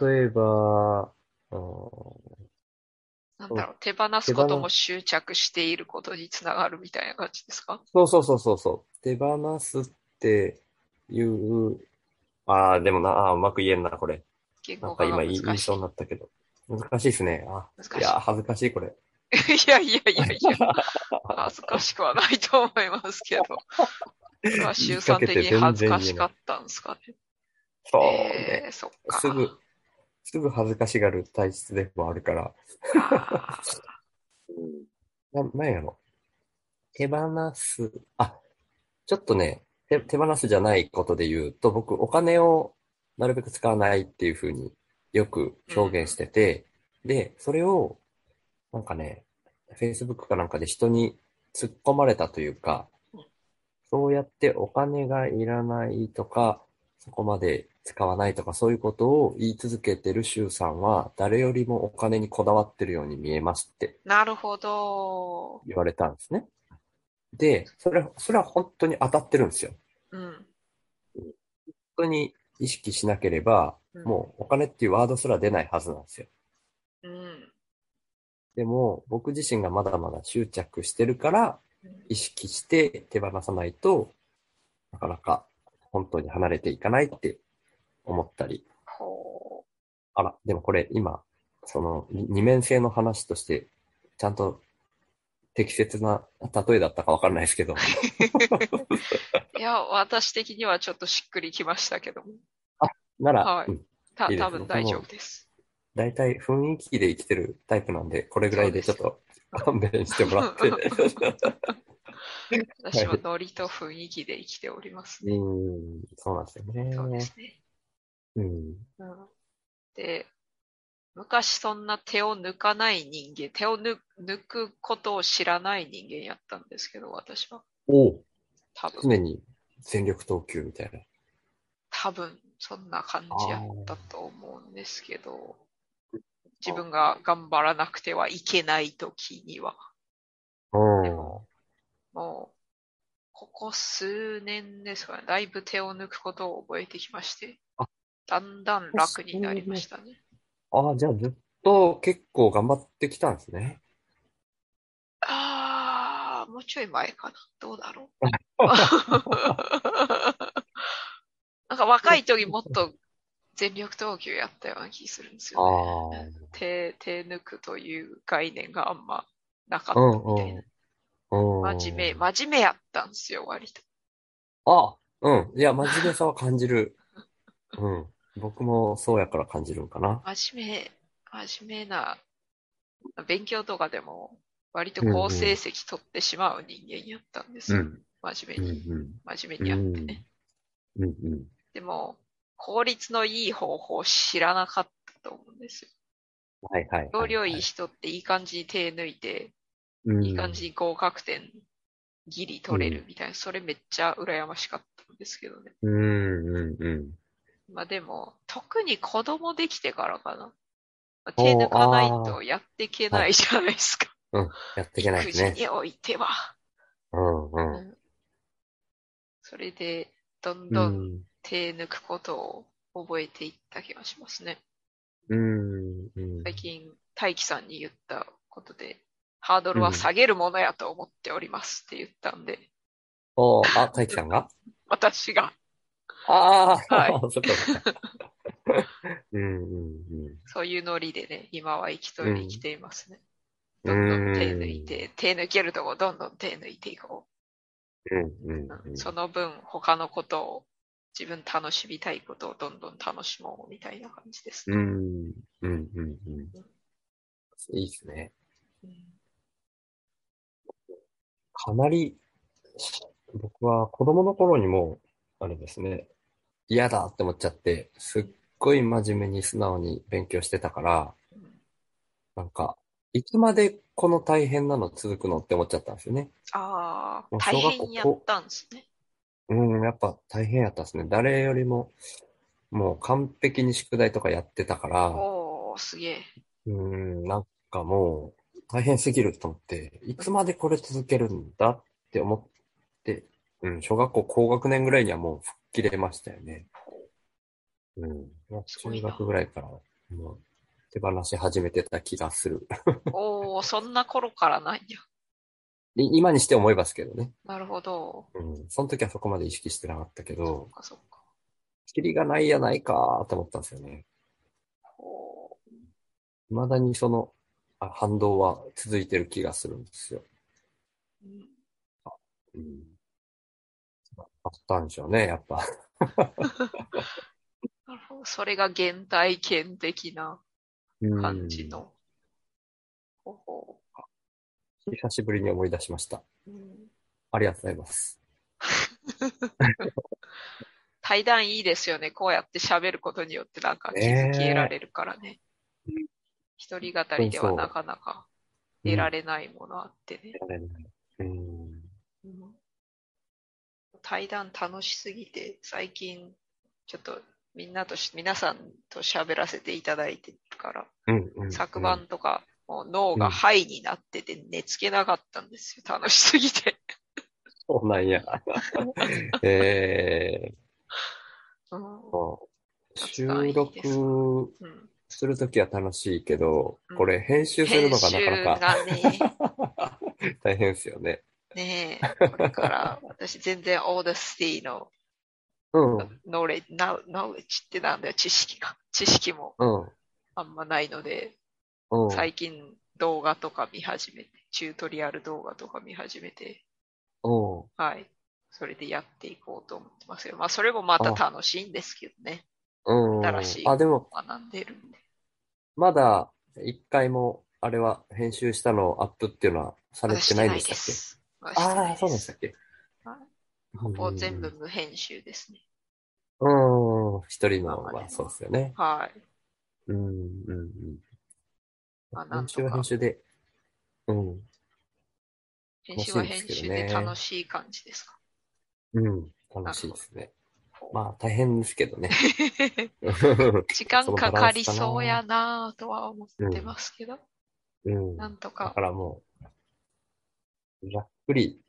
例えば、うんなんだもねだろう、手放すことも執着していることにつながるみたいな感じですかそうそうそうそうそう。手放すっていう、ああ、でもな、あーうまく言えんな、これ。言なん語か化が今言い言難いしそうになったけど。難しいですね。あ、難しいいやー、恥ずかしい、これ。い。いやいやいやいや、恥ずかしくはないと思いますけど。これはシュウさん的に恥ずかしかったんですかね。そうえね。ー、そっか。すぐ、すぐ恥ずかしがる体質でもある [LAUGHS] から。あーな、なんやろ。手放す。あ、ちょっとね、手、手放すじゃないことで言うと、僕、お金をなるべく使わないっていうふうによく表現してて、で、それを、なんかね、Facebook かなんかで人に突っ込まれたというかうん、そうやってお金がいらないとか、そこまで使わないとか、そういうことを言い続けてる周さんは、誰よりもお金にこだわってるように見えますってなるほど。言われたんですね。で、それ、それは本当に当たってるんですよ。うん。本当に意識しなければ、もうお金っていうワードすら出ないはずなんですよ。うん。でも、僕自身がまだまだ執着してるから、うん。意識して手放さないとなかなか本当に離れていかないって思ったり、ほあら、でもこれ今、そのに二面性の話として、ちゃんと適切な例えだったかわかんないですけど、う。いや、私的にはちょっとしっくりきましたけども。なら、はいうんた、いいですね多分大丈夫です。大体雰囲気で生きてるタイプなんで、これぐらいでちょっと勘弁してもらって。私はノリと雰囲気で生きておりますうね。ん、そうなんですよね。そうですね。うん。うんで、昔そんな手を抜かない人間、手を抜抜くことを知らない人間やったんですけど、私は。おう多分、常に全力投球みたいな。多分、そんな感じやったと思うんですけど、自分が頑張らなくてはいけない時には、うん。もう、ここ数年ですかね、だいぶ手を抜くことを覚えてきましてあ、だんだん楽になりましたね。ああ、じゃあずっと結構頑張ってきたんですね。ああ、もうちょい前かな。どうだろう。なんか若い時もっと全力投球やったような気するんですあよね。あ。手、手抜くという概念があんまなかっうんたみたいな。うん。うん。真面目、真面目やったんですよ、割と。あ、うん。いや、真面目さは感じる。 [LAUGHS] うん。僕もそうやから感じるんかな。真面目、真面目な、勉強とかでも割と好成績取ってしまう人間やったんですよ。ん。真面う目んに、真面目にやってね。うん。うんうん。でも、効率のいい方法を知らなかったと思うんですよ。はいはいはい。要領いい人っていい感じに手抜いて、うんいい感じに合格点ギリ取れるみたいな、それめっちゃ羨ましかったんですけどね。うんうんうん。まあでも、特に子供できてからかな。まあ手抜かないとやっていけないじゃないですか。やっていけないで育す児ね。においては。うんう。うんんそれで、どんうどんん。手抜くことを覚えていった気がしますね。うん。うん。最近、大輝さんに言ったことで、ハードルは下げるものやと思っておりますって言ったんで、おーあ、大輝さんが私が、ああ、はいそっかそっか。 [LAUGHS] うんうんうん。そういうノリでね、今は生きとうりん生きていますね。うどんんどん手抜いて、手抜けるとこどんどん手抜いていこうんうんう。うんうん。その分、他のことを、自分楽しみたいことをどんどん楽しもうみたいな感じですうね。ん、うん、うん、うん。いいですね。うんかなり、僕は子供の頃にも、あれですね、嫌だって思っちゃって、すっごい真面目に素直に勉強してたから、うんなんか、いつまでこの大変なの続くのって思っちゃったんですよね。ああ、もう大小学校変やったんですね。うん、やっぱ大変やったですね。誰よりも、もう完璧に宿題とかやってたから、おおすげえ。うん、なんかもう大変すぎると思って、いつまでこれ続けるんだって思って、うん、小学校高学年ぐらいにはもう吹っ切れましたよね。うん、すごい中な学ぐらいからもう手放し始めてた気がする。おおそんな頃からなんや。い今にして思いますけどね。なるほど。うん、その時はそこまで意識してなかったけそどっ、かそっか。キリがないやないかと思ったんですよね。ほう未だにそのあ反動は続いてる気がするんですよ。うんうん。あったんでしょうね、やっぱ。なるほど。それが現代圏的な感じの方法。うん。久しぶりに思い出しました。うんありがとうございます。対談いいですよね。こうやって喋ることによってなんか気ねえづき得られるからね。一人語りではなかなか得られないものあってね。うん。うん対談楽しすぎて、最近ちょっとみんなとし、皆さんと喋らせていただいてるから、うんうん。昨晩とか、もう脳がハイになってて寝つけなかったんですよ。楽しすぎて。そうな [LAUGHS] んや。えうーんそう収あいいです録うんするときは楽しいけどうん、これ編集するのがなかなか編集がね、 [LAUGHS] 大変ですよね。ねえ、これから私全然オーダーシティのうん、うん。ノレ、ナノレッジってなんだよ、知識が。知識もあんまないので、うん。最近動画とか見始めて、チュートリアル動画とか見始めて、うん。はい。それでやっていこうと思ってますよ。まあ、それもまた楽しいんですけどね。うん。新しいあ、でも、学んでるんで。まだ、一回も、あれは、編集したのをアップっていうのはされ私てないんでしたっけす。私してあなあいー、そうなんでしたす。っけはいうんもう全部無編集ですね。うん、一人のはそうですよね。はい。うん、うん、うん。まあなんとか編集は編集で、うん、編集は楽し編いです集けどねで楽しい感じですか。うん、楽しいですね。まあ、大変ですけど [LAUGHS] ね。時間かかりそうやなぁとは思ってますけど、うん。なんとだかか。らもう、ざっくり、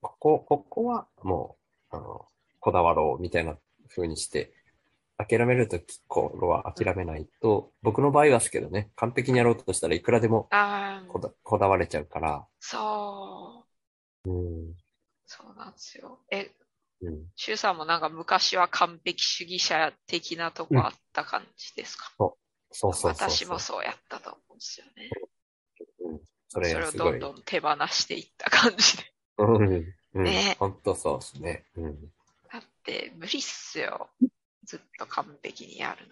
ここ、ここはもう、あの、こだわろうみたいな風にして、諦めるときころは諦めないと、僕の場合はですけどね、完璧にやろうとしたらいくらでもあこあ、だこだわれちゃうから、そう。うん、そうなんですよ。え、うん。シュウさんもなんか昔は完璧主義者的なとこあった感じですか、そうそうそう私そもう。そうやったと思うんですよね。そそれれをすどごんい。どん手放していった感じで。うん、うん。ねほんとそうですね。うん。だって無理っすよ。ずっと完璧にやる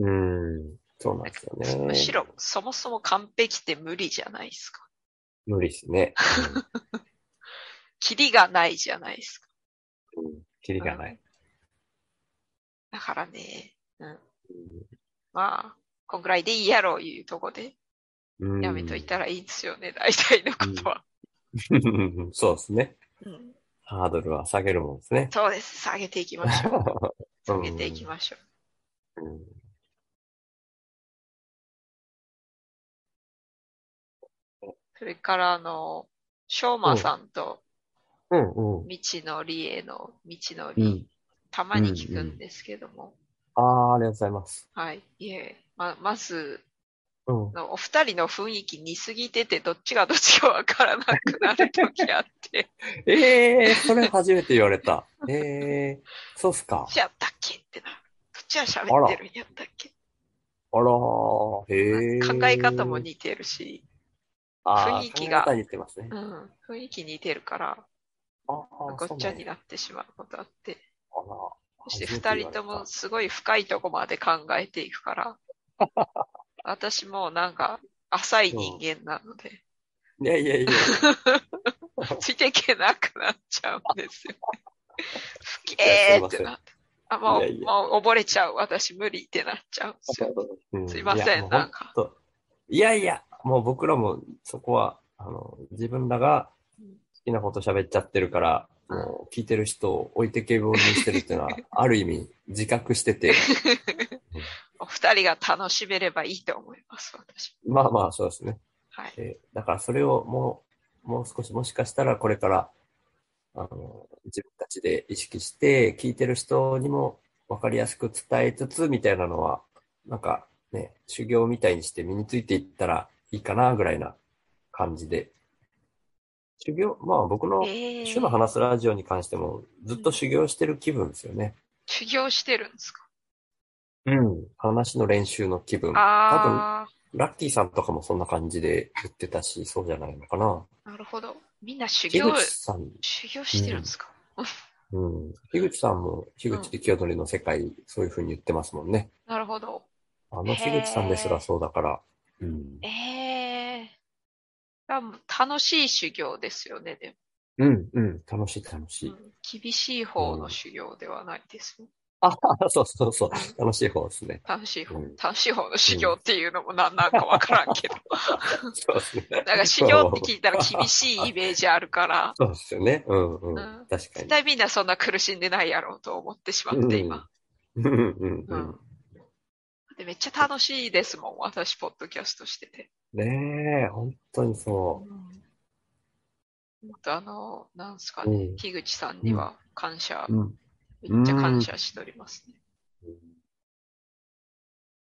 の。うん。そうなんですよね。むしろそもそも完璧って無理じゃないですか。無理ですね。キリがないじゃないですか。 [LAUGHS] うん。うんキリがない。だからね、うん、うんまあ、こんぐらいでいいやろういうとこでうんやめといたらいいんですよね、大体のことは。 [LAUGHS] そうですね。うんハードルは下げるもんですね。そうです。下げていきましょう。下げていきましょう。うんそれから、あの、しょうまさんとうんう道ん。のりへの道のうり、ん。たまに聞くんですけども、ああ、ありがとうございます。はい。いえ、ま、まず、うん。のお二人の雰囲気似すぎてて、どっちがどっちかわからなくなるときあって、ええー、それ初めて言われた。 [LAUGHS] ええー、そうっすかどっ。ちやったっけってなる。どっちは喋ってるんやったっけあらー、へえ。考え方も似てるし、あー雰囲気が考え方似てますねう。ん、雰囲気似てるから、あーごっちゃにそうなんやなってしまうことあって、あらーそして初めて二言われ人たともすごい深いとこまで考えていく [LAUGHS] から、私もなんか浅い人間なので、いやいやいや。ついていけなくなっちゃうんですよ。ふけいやすいーまっせてんなって。あ、もう、いやいやもう溺れちゃう。私無理ってなっちゃうんですよ。う [LAUGHS] んすいませんやもうなんかほといやいや、もう僕らもそこは、あの、自分らがう好んきなこと喋っちゃってるから、うんもう聞いてる人を置いてけぼりにしてるっていうのは、ある意味自覚してて、お二人が楽しめればいいと思います、私。まあまあそうですね。はい。えーだからそれをもう、もう少し、もしかしたらこれから、あの、自分たちで意識して、聞いてる人にも分かりやすく伝えつつ、みたいなのは、なんかね、修行みたいにして身についていったらいいかな、ぐらいな感じで。修行、まあ僕のえ主のー、話すラジオに関しても、ずっと修行してる気分ですよね。修行してるんですかうん。話の練習の気分。多あ分、ラッキーさんとかもそんな感じで言ってたし、そうじゃないのかな。ー、なるほど。みんな修樋行口、さん、修行してるんですか、うん。樋口さんも、樋口清則の世界、そういうふうに言ってますもんね。なるほど。あの樋口さんですらそうだから。うん。ええあもう楽しい修行ですよね、でうん、うん。楽しい、楽しいも。。うん厳しい方の修行ではないですね。あそうそうそう。楽しい方ですね。楽しい方うん、楽しい方の修行っていうのもなんなんかわからんけど。そうですね。なんか修行って聞いたら厳しいイメージあるから、そうですよね。うんうん。うん確か絶に。対みんなそんな苦しんでないやろうと思ってしまって今。うんうんううんん。でめっちゃ楽しいですもん、私、ポッドキャストしてて。ねえ、本当にそもっとあの、なんすかう。うね、ん。樋口さんには感謝、うん。めっちゃ感謝しておりますね。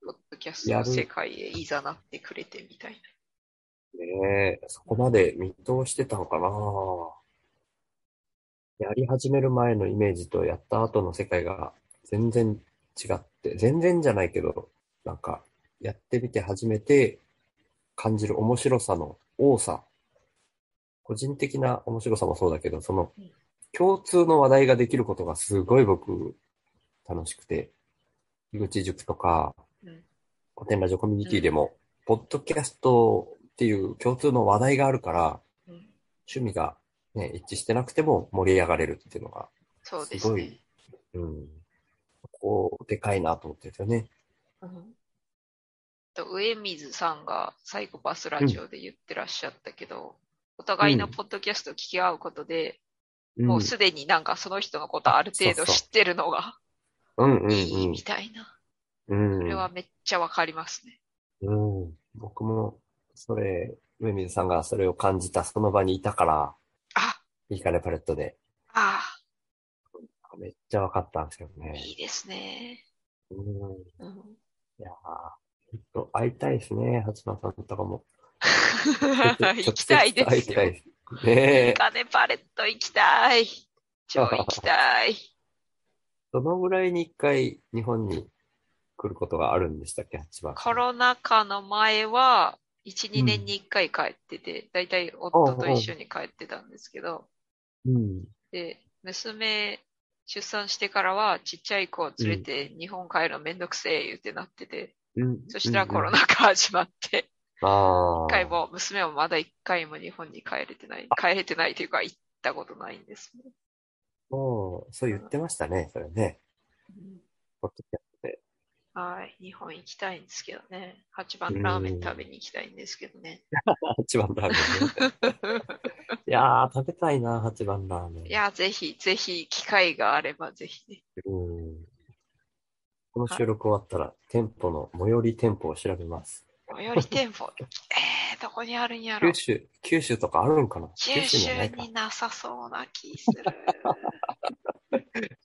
ポッドキャストやのる世界へいざなってくれてみたいねえ、そこまで見通してたのかな。やり始める前のイメージとやった後の世界が全然違って、全然じゃないけど、なんか、やってみて初めて感じる面白さの多さ。個人的な面白さもそうだけど、そのうん、共通の話題ができることがすごい僕、楽しくて、樋口塾とかうん、古典ラジオコミュニティでも、ポッドキャストっていう共通の話題があるから、な。うん、趣味が、ね、一致してなくても盛り上がれるっていうのが、そうですすごねい。、うん、こう、でかいなと思ってるんですよね。うんと上水さんがサイコパスラジオで言ってらっしゃったけど、お互いのポッドキャストを聞き合うことで、うん、もうすでになんかその人のことある程度知ってるのがうんうんいいみたいな。うん。これうんはめっちゃわかりますね。うん、僕も、それ、上水さんがそれを感じた、その場にいたから、あ、いいかねパレットで。あめっちゃ分かったんですよあ、ね。いいですね。うん。 [LAUGHS] うん、いやーちょっと会いたいですね、八幡さんとかも。 [LAUGHS] 行きたいで直す接よ。会いたいいです。ねえい。かねパレット行きたい。超行きた [LAUGHS] い。どのぐらいに一回日本に来ることがあるんでしたっけ、八幡さコん。ロナ禍の前は、1、う2ん年に1回帰ってて、だいたい夫と一緒に帰ってたんですけど、うん。で、娘出産してからは、ちっちゃい子を連れて日本帰るのめんどくせえ言ってなってて、うん。そしたらコロナ禍始まって、うん。 [LAUGHS] ああ。一回も娘もまだ一回も日本に帰れてない、帰れてないというか行ったことないんですね。そう、そう言ってましたね、それね。ポッドキャストで。はい、日本行きたいんですけどね。8番ラーメン食べに行きたいんですけど [LAUGHS] ね。八番ラーメンね。 [LAUGHS] いやー、食べたいな、八番ラーメン。いや、ぜひ、ぜひ、機会があればぜひね。うん。この収録終わったら、店舗の、最寄り店舗を調べます。最寄り店 [LAUGHS] 舗。えー、どこにあるんやろ九。州、九州とかあるんかな九州にはないかに。なさそうな気す [LAUGHS] る。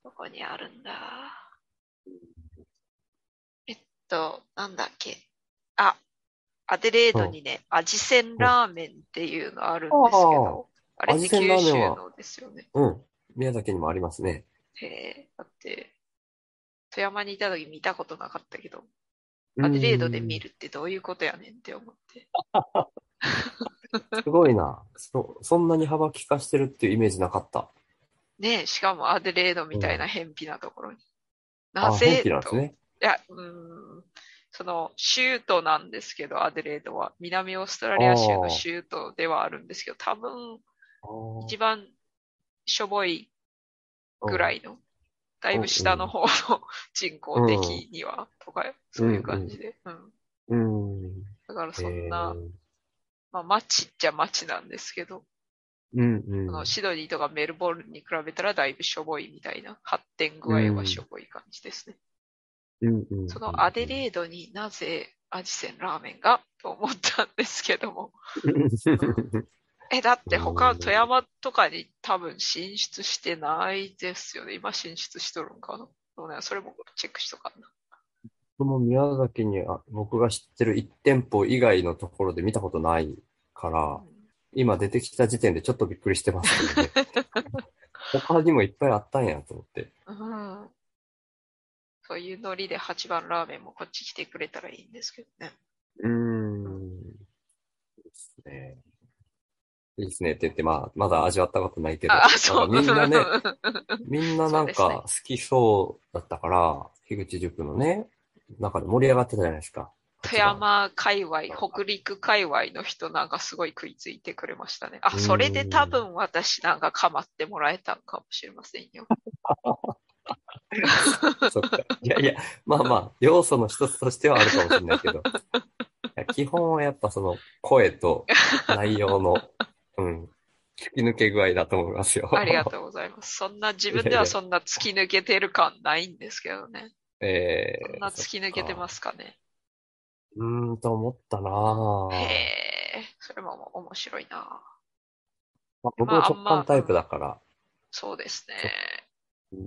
どこにあるんだ。えっと、なんだっけ。あ、アデレードにね、味仙ラーメンっていうのあるんですけど、あれって味九仙ラーメ州ンはのですよね。うん。宮崎にもありますね。へえ、だって、富山にいた時見たことなかったけど、うんアデレードで見。るってどういうことやねんって思って。すごいな。そ、そんなに幅利かしてるっていうイメージなかった。ねえ、しかもアデレードみたいな偏僻なところに。なあ、ぜ本気なんですといね。や、うーん。その、州都なんですけど、アデレードは。南オーストラリア州あーの州都ではあるんですけど、多分、一番しょぼいぐらい。いの、だいぶ下の方の人口的には、とか、そういう感じで。うん。うん。だからそんへなー、まあ、町っちゃ町なんですけど、うんそうんの。シドニーとかメルボルンに比べたらだいぶしょぼいみたいな、発展具合はしょぼい感じですね。うんうんそのアデー [LAUGHS] レードになぜアジセンラーメンがと思ったんですけども。ド。え、だって他うん富山とかに多分進出してないですよね。今進出しとるんかなどうなんやそれもチェックしとかんな。僕も宮崎にあ、僕が知ってる1店舗以外のところで見たことないから、今出てきた時点でちょっとびっくりしてますけ [LAUGHS] どね。他にもいっぱいあったんやと思って。うん。うんそういうノリで8番ラーメンもこっち来てくれたらいいんですけどね。うーん。ですね。いいですねって言って、まあ、まだ味わったことないけど、あ、そう。なんかみんな [LAUGHS] ね、うんみんななんそうですねか好きそうだったから、樋口塾のね、中で盛り上がってたじゃないですか。富山界隈、北陸界隈の人なんかすごい食いついてくれましたね。あ、それで多分私なんか構ってもらえたんかもしれません [LAUGHS] よ。そっか。いやいや、まあまあ、要素の一つとしてはあるかもしれないけど。いや基本はやっぱその声と内容 [LAUGHS] の、うん、突き抜け具合だと思いますよ。ありがとうございます。そんな自分ではそんな突き抜けてる感ないんですけどね。う。 [LAUGHS] えそんな突き抜けてますかね。ー、うーんと思ったなぁへえ、それも面白いなまあ僕も直感タイプだから、そうですね。うう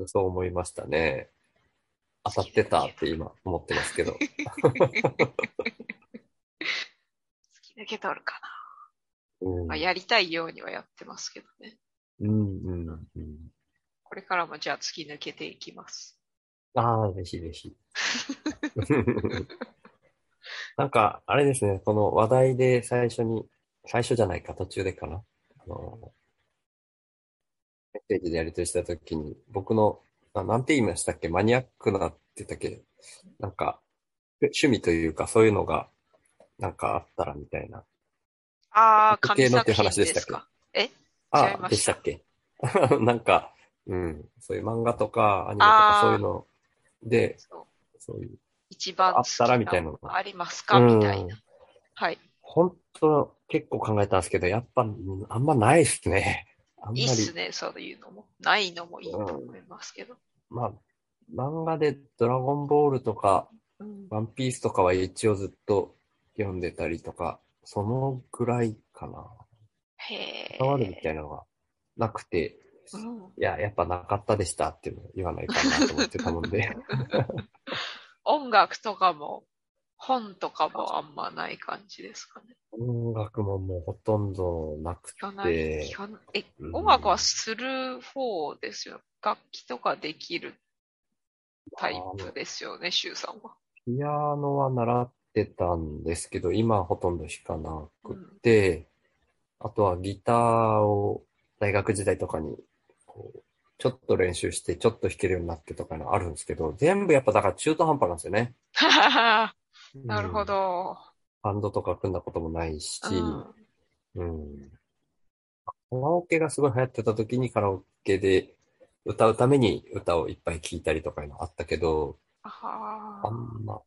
んん、そう思いましたね。当たってたって今思ってます [LAUGHS] けど。突き抜けとるかな。うん、まあ、やりたいようにはやってますけどね。うん、うん、うん。これからもじゃあ突き抜けていきます。ああ、ぜひぜひ。 [LAUGHS] なんか、あれですね、この話題で最初に、最初じゃないか、途中でかな。あの、メッセージでやり取りしたときに、僕の、あ、なんて言いましたっけ、マニアックなって言ったっけ、なんか、趣味というか、そういうのが、なんかあったらみたいな。ああ、時計神のっ作ていう品話ででしたっすけか。えあ、違いまでししたたっけ [LAUGHS] なんか、うん、そういう漫画とかアニメとあかーそういうので、そうそういう、一番あ好っきたらみたいなのがありますかうんみたいな。はい。本当、結構考えたんですけど、やっぱ、うんあんまないですね。 [LAUGHS] あんまいりいっ、すね、そういうのも。ないのもいいと思いますけど。まあ、漫画でドラゴンボールとか、うんワンピースとかは一応ずっと読んでたりとか、そのぐらいかな。へえ。変わるみたいなのがなくて、うんいや、やっぱなかったでしたっていうのを言わないかなと思ってたもん [LAUGHS] で。音楽とかも、本とかもあんまない感じですかね。音楽ももうほとんどなく聞かない。て聞、かないえ、うん音楽はする方ですよ。楽器とかできるタイプですよね、シュウさんは。ピアノは習ってたんですけど、今はほとんど弾かなくうん [LAUGHS] て、あとはギターを大学時代とかに、こう、ちょっと練習して、ちょっと弾けるようになってとかのあるんですけど、全部やっぱだから中途半端なんですよね。なるほうん。ど。バンドとか組んだこともないし、うんうん。カラオケがすごい流行ってた時にカラオケで歌うために歌をいっぱい聴いたりとかいうのあったけど、あああ、んま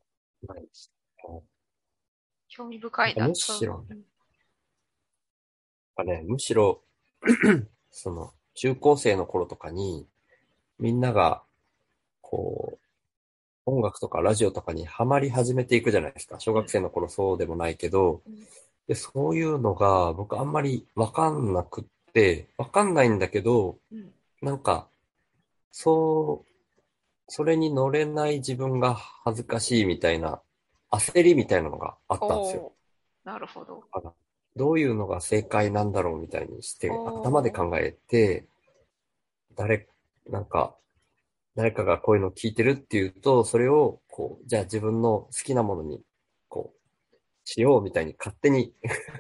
ないです。興味深いな。むしろそうなんかね、むしろ、 [CLEARS THROAT] その、中高生の頃とかに、みんなが、こう、音楽とかラジオとかにハマり始めていくじゃないですか。小学生の頃そうでもないけどうん、で、そういうのが僕あんまりわかんなくって、わかんないんだけど、うんなんか、そう、それに乗れない自分が恥ずかしいみたいな、焦りみたいなのがあったんですよ。おーなるほど。どういうのが正解なんだろうみたいにして、おー頭で考えて、誰、なんか、誰かがこういうのを聞いてるっていうと、それを、こう、じゃあ自分の好きなものに、こう、しようみたいに勝手に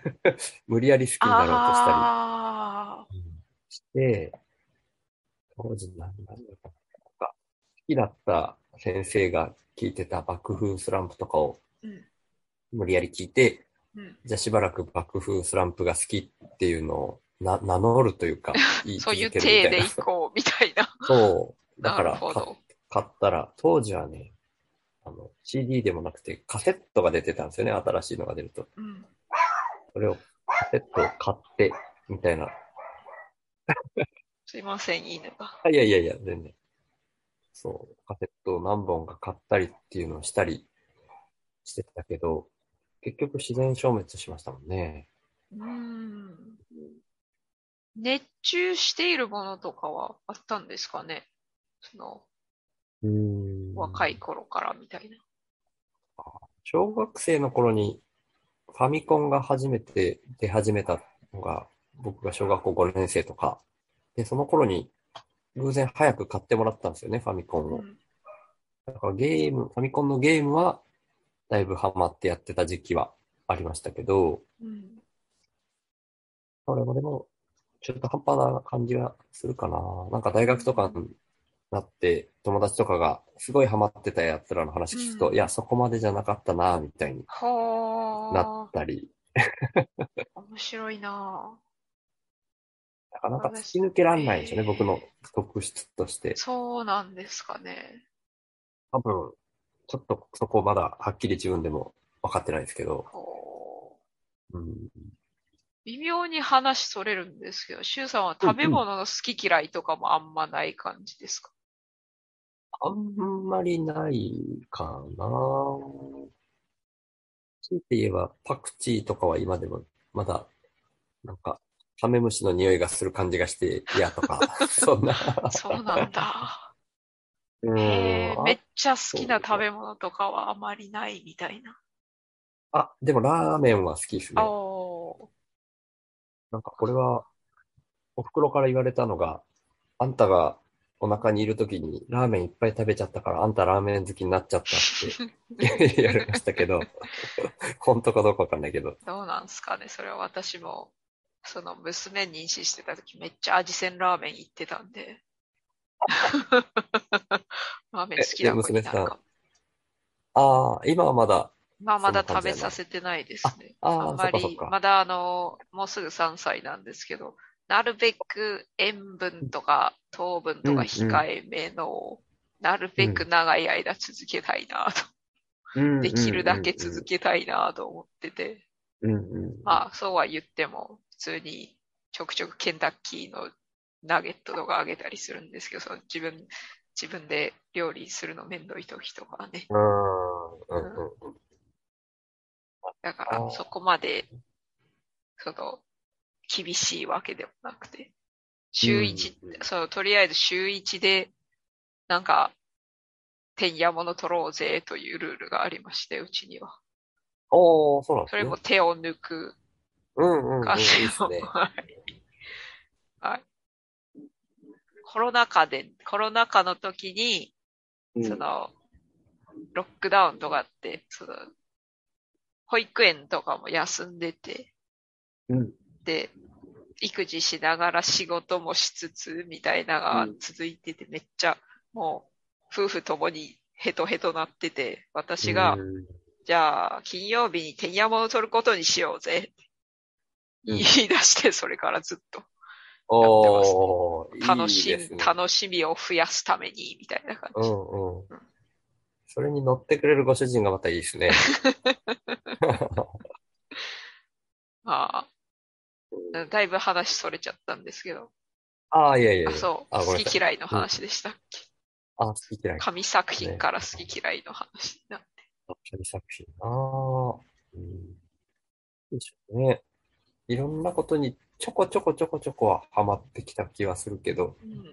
[LAUGHS] 無理やり好きになろうとしたああ、りして、当時何だったかななんか好きだった先生が聞いてた爆風スランプとかをうん無理やり聞いて、うんじゃあしばらく爆風スランプが好きっていうのをな名乗るとい [LAUGHS] うか、言いそういう続ける体でみたいな。いこうみたいな。そう。 [LAUGHS] だなかるらほかど。買ったら、当時はね、あの、CD でもなくてカセットが出てたんですよね、新しいのが出ると。うんそれを、カセットを買って、みたいな。すいません、いいのが。あいやいやいや、全然。そう、カセットを何本か買ったりっていうのをしたりしてたけど、結局自然消滅しましたもんね。うーん。熱中しているものとかはあったんですかねその、うーん若い頃からみたいな。小学生の頃にファミコンが初めて出始めたのが、僕が小学校5年生とか。で、その頃に偶然早く買ってもらったんですよね、ファミコンうを。んだからゲーム、ファミコンのゲームはだいぶハマってやってた時期はありましたけど、うんそれもでもちょっと半端な感じがするかな。なんか大学とかなって、友達とかがすごいハマってたやつらの話聞くと、うんいや、そこまでじゃなかったな、みたいにほなーっ。たり、面白いななかなか突き抜けらんないんですよね、僕の特質としてぁ。そうなんですかね。多分、ちょっとそこまだはっきり自分でも分かってないですけど、こううん、微妙に話それるんですけど、シュウさんは食べ物の好き嫌いとかもあんまない感じですか、あんまりないかな。強いて言えば、パクチーとかは今でも、まだ、なんか、カメムシの匂いがする感じがして嫌 [LAUGHS] とか、そんな。そうなんだ。 [LAUGHS] うんへーめっあちゃ好きな食べ物とかはあまりないみたいな。あ、でもラーメンは好きですね。おなんかこれは、お袋から言われたのが、あんたがお腹にいるときにラーメンいっぱい食べちゃったから、あんたラーメン好きになっちゃったー。って [LAUGHS] 言われましたけど、本当かどうかわかんないけど。 [LAUGHS] どうなんすかねそれは私も、その娘妊娠してた時めっちゃ味せんラーメン行ってたん [LAUGHS] で。ラーメン好きな子になるかも。ああ、今はまだ、まあまだそんな食感べじやなさせてないですね。あああ、んそまっかそっり、か。まだあの、もうすぐ3歳なんですけど、なるべく塩分とか糖分とか控えめのを、なるべく長い間続けたいなと、できるだけ続けたいなと思ってて、うんうんうん。まあそうは言っても、普通にちょくちょくケンタッキーのナゲットとかあげたりするんですけど、その自分、自分で料理するの面倒い時とかはね。うんうんうんうん。だかあらーそこまで、その、厳しいわけでもなくて。週一、うんうんその、とりあえず週一で、なんか、てんやもの取ろうぜというルールがありまして、うちには。おー、そうなんでそすれね。も手を抜くうんうんうん。感いじいですの。[LAUGHS] ね。はいはい。コロナ禍で、コロナ禍の時に、その、ロックダウンとかって、その、保育園とかも休んでて、うんで、育児しながら仕事もしつつ、みたいなのが続いてて、めっちゃ、もう、夫婦ともにヘトヘトなってて、私が、うんじゃあ、金曜日にてんやもんを取ることにしようぜ。う言んい出して、それからずっと、おー、楽いしいですみ、ね。楽しみを増やすために、みたいな感うじ。んうんん。それに乗ってくれるご主人がまたいいですね。まあ、だいぶ話それちゃったんですけど。ああ、いやいやいやあ、そう。あ、ごめ好きんなさい。嫌いの話でしたっけ、あ、好き嫌い。紙作品から好き嫌いの話になって。神作品。ああ、うん。いいでしょうね。いろんなことにちょこちょこちょこちょこはハマってきた気はするけど、うん。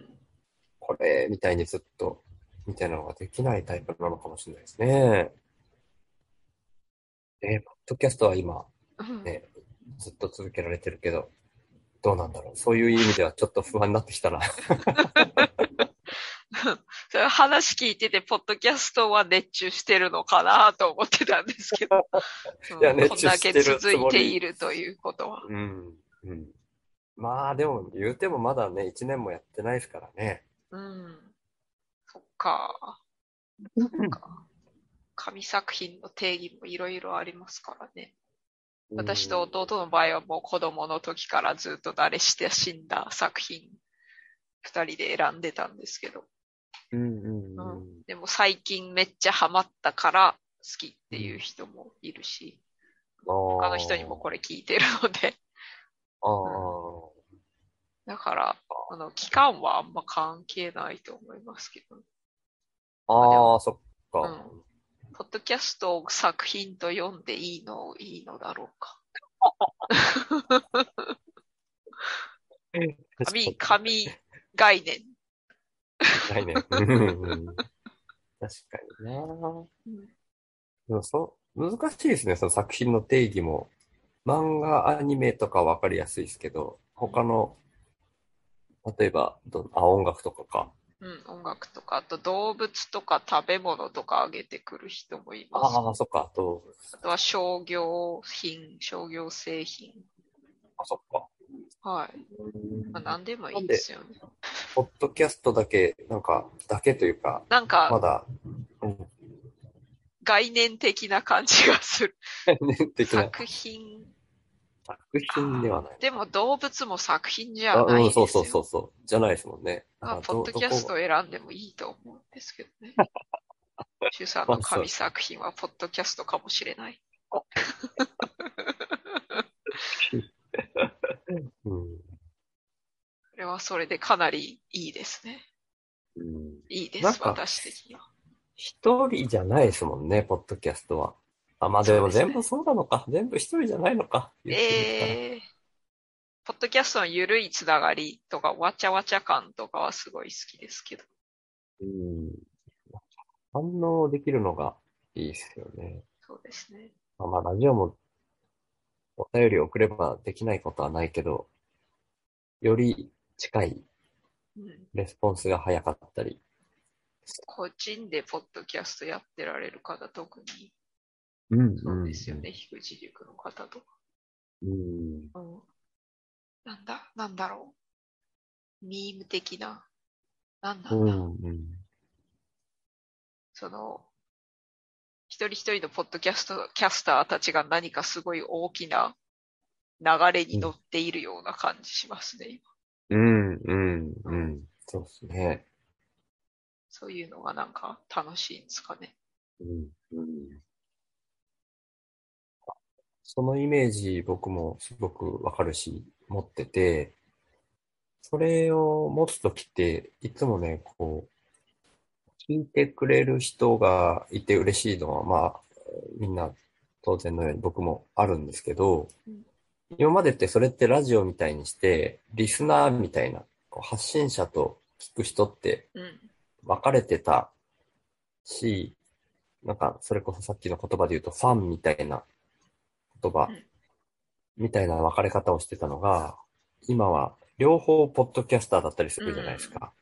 これみたいにずっと、みたいなのができないタイプなのかもしれないですね。えー、ポッドキャストは今、うんね、ずっと続けられてるけど、どうなんだろう。そういう意味ではちょっと不安になってきたな。 [LAUGHS] それ話聞いてて、ポッドキャストは熱中してるのかなと思ってたんですけど。うん [LAUGHS] いや熱こん中だしてける続いているということは。うん。うん。まあでも、言うてもまだね、1年もやってないですからね。うん。そっか。そっか。紙作品の定義もいろいろありますからね。私と弟の場合はもう子供の時からずっと慣れ親しんだ作品、二人で選んでたんですけど。うんうんううんん。でも最近めっちゃハマったから好きっていう人もいるし、他他の人にもこれ聞いてるので。 [LAUGHS] あーだから、あの、期間はあんま関係ないと思いますけど。あー、そっか。ポッドキャストを作品と読んでいいの、いいのだろうか。紙、紙概念。ないね。うんうんうん確かになうんでもそう、難しいですね、その作品の定義も。漫画、アニメとかわかりやすいですけど、他の、例えば、どあ、音楽とかか。うん、音楽とか、あと動物とか食べ物とかあげてくる人もいます。ああ、そっか、どう、あとは商業品、商業製品。あ、そっか。はい。まあ、何でもいいですよね。ポッドキャストだけ、なんか、だけというか、なんまかだ、うん、 [LAUGHS] 概念的な感じがする。年的な作品。作品ではない。でも動物も作品じあゃなういでん、すそよ。うそうそうそう。じゃないですもんね。まあ、なんかポどッドキャストどこを選んでもいいと思うんですけどね。 [LAUGHS] 主さんの神作品はポッドキャストかもしれない。うんそれはそれでかなりいいですね。うんいいでなんす、か私的には。一人じゃないですもんね、ポッドキャストは。あ、まあでそもうですね全部そうなのか。全部一人じゃないのか。言ってみたらえー、ポッドキャストのゆるいつながりとか、わちゃわちゃ感とかはすごい好きですけど。うん。反応できるのがいいですよね。そうですね。まあ、まあラジオもお便り送ればできないことはないけど、より近いうん。レスポンスが早かったり。個人でポッドキャストやってられる方、特にうんそうですよね。樋口塾の方とか。うん。うんなんだ、なんだろう。ミーム的な。なんなうんだ。ん。うん。その、一人一人のポッドキャスト、キャスターたちが何かすごい大きな流れに乗っているような感じしますね。今うん。うん。うん。そうですね。そういうのがなんか楽しいんですかね。うん。うん。そのイメージ僕もすごくわかるし、持ってて、それを持つときって、いつもね、こう、聞いてくれる人がいて嬉しいのは、まあ、みんな当然のように僕もあるんですけどうん、今までってそれってラジオみたいにして、リスナーみたいな、こう発信者と聞く人ってうん。分かれてたし、なんか、それこそさっきの言葉で言うと、ファンみたいな言葉うん、みたいな分かれ方をしてたのが、今は両方ポッドキャスターだったりするじゃないですか。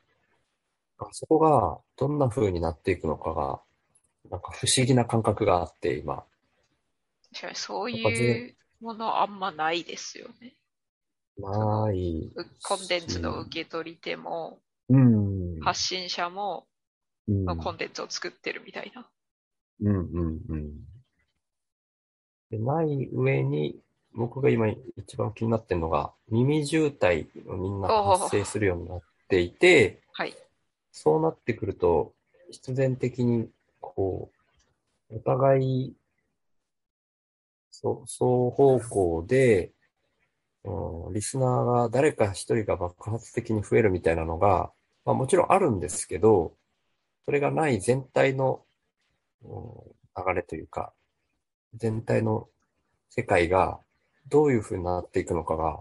あそこがどんな風になっていくのかが、なんか不思議な感覚があって、今。確かにそうやっぱいぜうものあんまないですよね。ない。うコンテンツの受け取り手も、うん。発信者も、うんまあコンテンツを作ってるみたいな。うんうんうん。で、ない上に、僕が今一番気になってるのが、耳渋滞をみんな発生するようになっていて、はい。そうなってくると、必然的に、こう、お互い、そ双方向で、うん、リスナーが誰か一人が爆発的に増えるみたいなのが、まあもちろんあるんですけど、それがない全体の、うん、流れというか、全体の世界がどういう風になっていくのかが、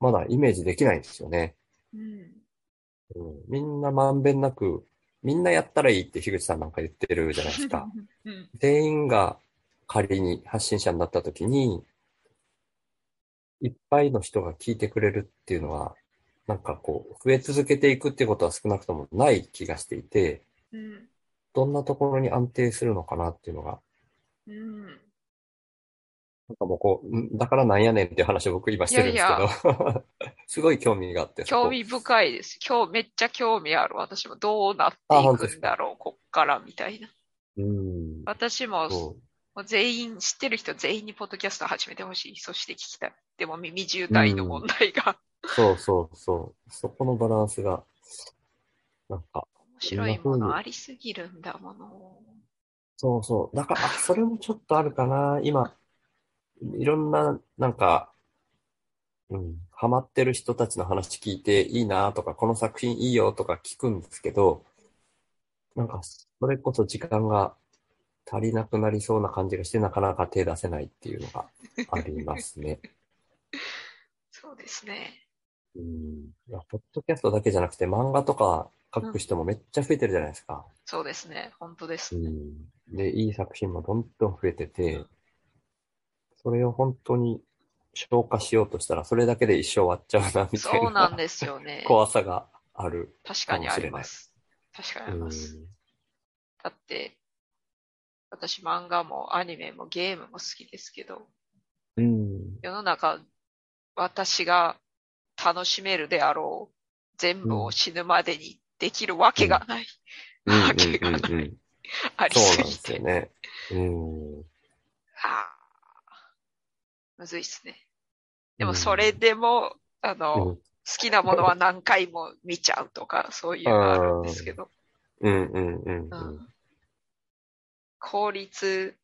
まだイメージできないんですよね。うん。うんみんなまんべんなく、みんなやったらいいって樋口さんなんか言ってるじゃないですか。 [LAUGHS] うん。全員が仮に発信者になった時に、いっぱいの人が聞いてくれるっていうのは、なんかこう、増え続けていくってことは少なくともない気がしていて、うん。どんなところに安定するのかなっていうのが、うん。なんかもうこう、んだからなんやねんっていう話を僕今してるんですけど、 [LAUGHS] すごい興味があって、そこ興味深いです。今日めっちゃ興味ある。私もどうなってあい本当でくすんかだろう、こっからみたいな。うん。私もそうもう全員、知ってる人全員にポッドキャスト始めてほしい。そして聞きたい。でも耳渋滞の問題がそうそうそう。そこのバランスが、なんか、面白いものありすぎるんだもの。そうそう。だから、あそれもちょっとあるかな。今、いろんな、なんか、うん、ハマってる人たちの話聞いていいなとか、この作品いいよとか聞くんですけど、なんか、それこそ時間が足りなくなりそうな感じがして、なかなか手出せないっていうのがありますね。そうですね。うん。いや、ポッドキャストだけじゃなくて、漫画とか書く人もめっちゃ増えてるじゃないですか。そうですね。本当ですうね。ん。で、いい作品もどんどん増えてて、それを本当に消化しようとしたら、それだけで一生終わっちゃうな、みたいそうなんなですよね。 [LAUGHS] 怖さがある。確かにあります。確かにあります。だって、私漫画もアニメもゲームも好きですけど、うん。世の中、私が楽しめるであろう全部を死ぬまでにできるわけがない。うんうんわけがないうんうん。ありそうすなんでぎすて。よね。うん。あーむずいっすね。でもそれでも、あの、うん好きなものは何回も見ちゃうとか、そういうのあるんですけど、うんうんうんううんん効率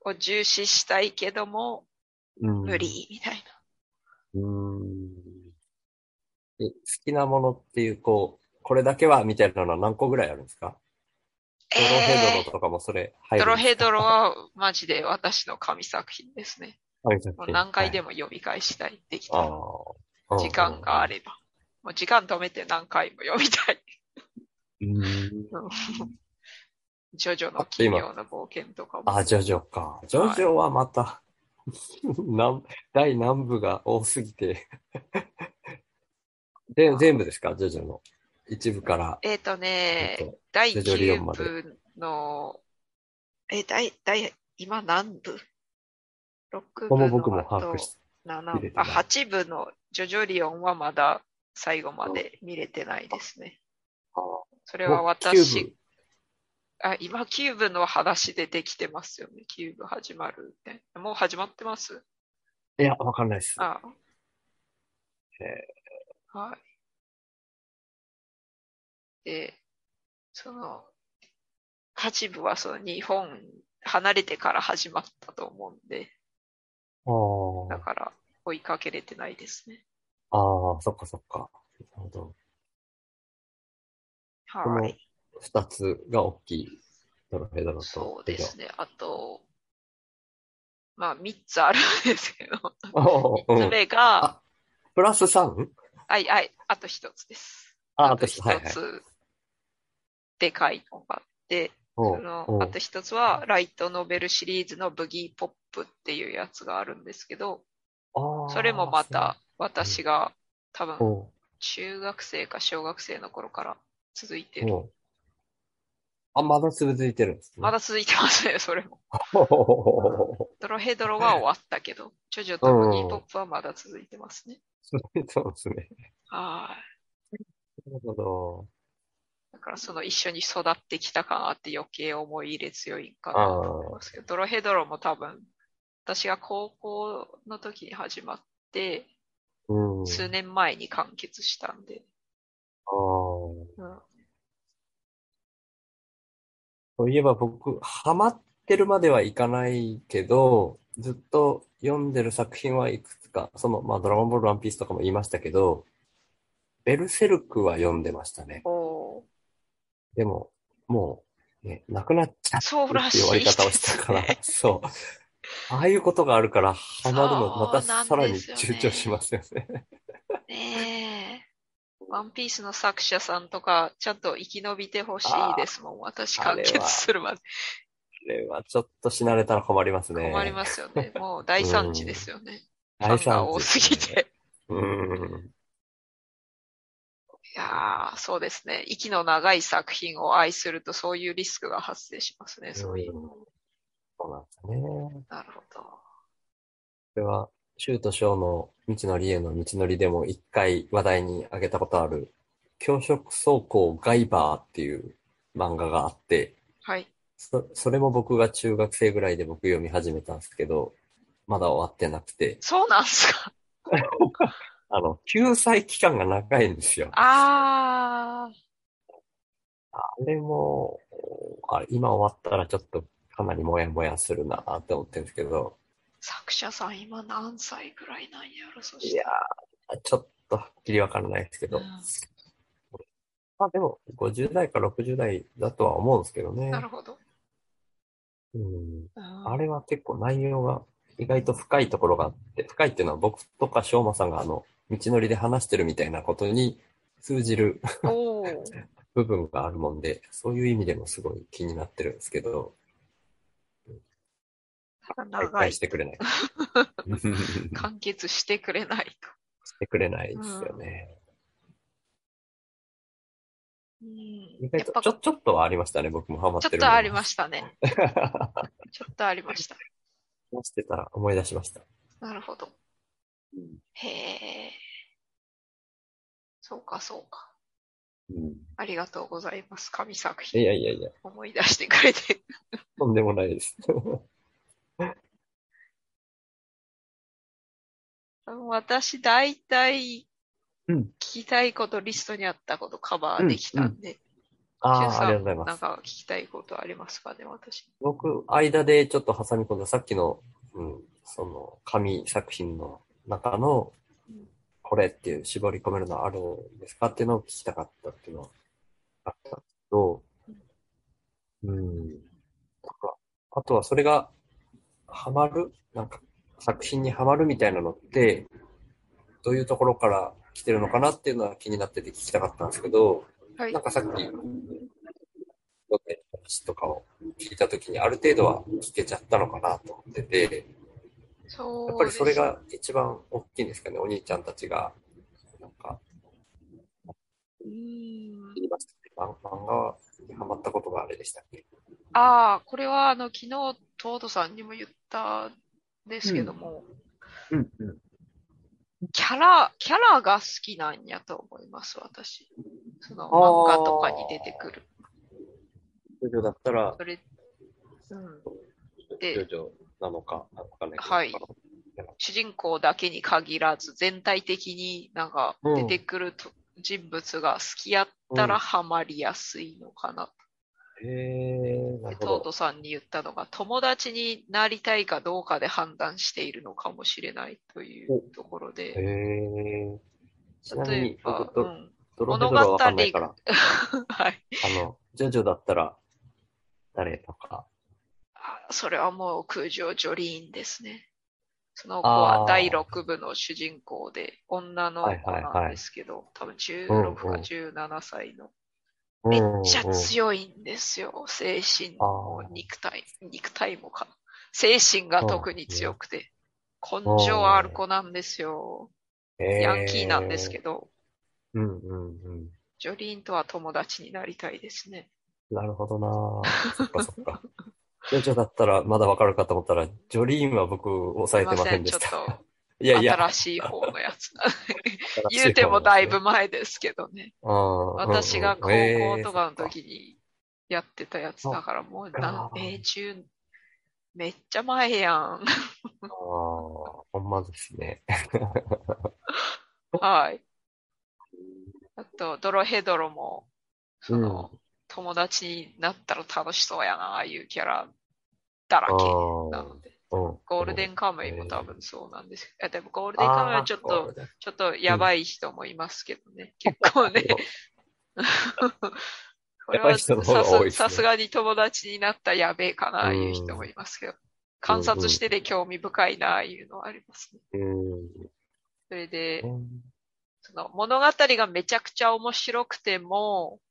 を重視したいけども、うん。無理みたいな。うん。え、好きなものっていう、こう、これだけは、みたいなのは何個ぐらいあるんですかドロヘドロとかもそれ入ドるんロですヘかドロはマジで私の神作品ですね。あじゃもあう何回でも読み返したい。できたはいら。あー時間があれば。もう時間止めて何回も読みたい。うんジョジョの奇妙な冒険とかも。あ、ジョジョか。ジョジョはまた、 [LAUGHS] なん第何部が多すぎて。 [LAUGHS] で、全部ですかジョジョの。一部から。えっ、とね、えっと第ジョジョリオン9まで部の、えー、第、第、今何部 ?6 こ部こもの僕もあ把と握して。 7入部れてあ、ない8部のジョジョリオンはまだ最後まで見れてないですね。あそれはもう私九部あ、今、キューブの話でできてますよね。キューブ始まるって。もう始まってますいや、わかんないです。あへはい。で、その、八部はその日本離れてから始まったと思うんで、あーだから追いかけれてないですね。あー、そっかそっか。なるほど。はこい。二つが大きい。ドロヘドロと。そうですね。あと、まあ、三つあるんですけど、ジョジョ。 [LAUGHS] あーう三つん目が、あプラス 3? はいはい、あと一つです。あ、とあと一はいはい。つ、でかいのがあって、おそのあと一つは、ライトノベルシリーズのブギーポップっていうやつがあるんですけど、それもまた、私が多お分、お中学生か小学生の頃から続いてうる。んあ、まだ続いてるんですね。ま [LAUGHS] だ続いてますね、 [LAUGHS] それも。ほほほほほほ。ドロヘドロは終わったけど、ジョジョとブギーポップはまだ続いてますね。そうですね。はい。なるほど。だからその一緒に育ってきた感あって余計思い入れ強いんかなと思いますけど、ドロヘドロも多分、私が高校の時に始まって、うん。数年前に完結したんで、あーうんそういえば僕、ハマってるまではいかないけど、ずっと読んでる作品はいくつか、その、まあ、ドラゴンボールワンピースとかも言いましたけど、ベルセルクは読んでましたね。おーでも、もう、ね、なくなっちゃっそうらってしいいう終わり方をしたから、ですねそう。ああいうことがあるから、ハマるの、またさらに躊躇しますよね。ねえ。ワンピースの作者さんとか、ちゃんと生き延びてほしいですもん。私あ完れは結するまで。 [LAUGHS] これはちょっと死なれたら困りますね。困りますよね。もう大惨事ですよね。すファンが多すぎ。て。うん。いやー、そうですね。息の長い作品を愛するとそういうリスクが発生しますね。そういう。そうなんですね。こなるほど。れは、シュートショーの道のりへの道のりでも一回話題に挙げたことある、教職走行ガイバーっていう漫画があって、はい。そ、それも僕が中学生ぐらいで僕読み始めたんですけど、まだ終わってなくて、そうなんすか。あの、救済期間が長いんですよ。ああー、れも、あれ、今終わったらちょっとかなりモヤモヤするなって思ってるんですけど、作者さん今何歳ぐらいなんやろ、そしいて。やー、ちょっとはっきりわからないですけど、うんまあでも、50代か60代だとは思うんですけどね。なるほど。うんうんあれは結構内容が意外と深いところがあって、深いっていうのは僕とか翔馬さんがあの、道のりで話してるみたいなことに通じる [LAUGHS] おー。部分があるもんで、そういう意味でもすごい気になってるんですけど、長い解体してく [LAUGHS] れない。し完結してくれないと。てくれないですよね。うん意外やっとぱちょ、ちょっとはありましたね、僕もハマっちょってるとありましした [LAUGHS] ね。た。ちょっとありました。話してたら思い出しました。なるほど。へえ。そうか、そうか。うんありがとうございます。神作い品やいやいや、思い出してくれて。 [LAUGHS] とんでもないです。 [LAUGHS] 私、大体、うん聞きたいこと、リストにあったことカバーできたんで、あシュンあ、さあんりがとうございなんます。か聞きたいことありますかね、私。僕、間でちょっと挟み込んだ、さっきの、うん、その、紙作品の中の、これっていう絞り込めるのあるんですかっていうのを聞きたかったっていうのはあったんですけど、うん、なんか、あとはそれが、ハマるなんか、作品にハマるみたいなのって、どういうところから来てるのかなっていうのは気になってて聞きたかったんですけど、はいなん。かさっき、話とかを聞いたときに、ある程度は聞けちゃったのかなと思ってて、そうやっぱりそれですが一番大きいんですかね、お兄ちゃんたちが、なんか、うーん言いましたね、漫漫画にハマったことがあれでしたっけ。ああ、これはあの昨日、トートさんにも言ったんですけども、うんうん。キャラ、キャラが好きなんやと思います、私。その漫あー画とかに出てくる。ジョジョだったら、それ、うん。ジでョジョなのか、わかんないけど。はい主人公だけに限らず、全体的になんか出てくると、人物が好きやったうらんハマりやすいのかな。へえー、なでるトほーど。トさんに言ったのが、友達になりたいかどうかで判断しているのかもしれないというところへで、えー。ちなみ例えに、ば僕、うドん、 [LAUGHS] ドロヘドロはわかんないから、あはい。の、ジョジョだったら、誰とか、あそれはもう空城ジョリーンですね。その子はあー第6部の主人公で、女の子はいはいなはんいですけど、多分うんう16んか17歳のめめっちゃ強いんですよ。精神も肉体、肉体もか。精神が特に強くて。根性ある子なんですよ。ヤンキーなんですけど、ど。うんうんうん。ジョリーンとは友達になりたいですね。なるほどなぁそっかそっか。 [LAUGHS] ジョジョだったらまだわかるかと思ったら、ジョリーンは僕抑えてませんでしちょた。っいとやいや、新 [LAUGHS] しい方のやつ。新し言うてもだい方ぶ前ですけどね。なんで私すね、が高うんうんうん校とかのえーそっ時にやってたやつだからもうっか何命中、めっちゃ前やん。[LAUGHS] あーほんまですね。はい。あと、ドロヘドロも、その、友達になったら楽しそうやな、ああいうキャラだらけあなーので。うんゴールデンカムイも多分そうなんですけど、あでもゴールデンカムイはちょっあーゴーとル、デンちょっとやばい人もいますけどね。結構ね。これ [LAUGHS] やばはい人さの方が多いですすねさすがに友達になったやべえかな、ああいう人もいますけど。観察してて興味深いな、ああいうのはありますね。それで、その物語がめちゃくちゃ面白くても、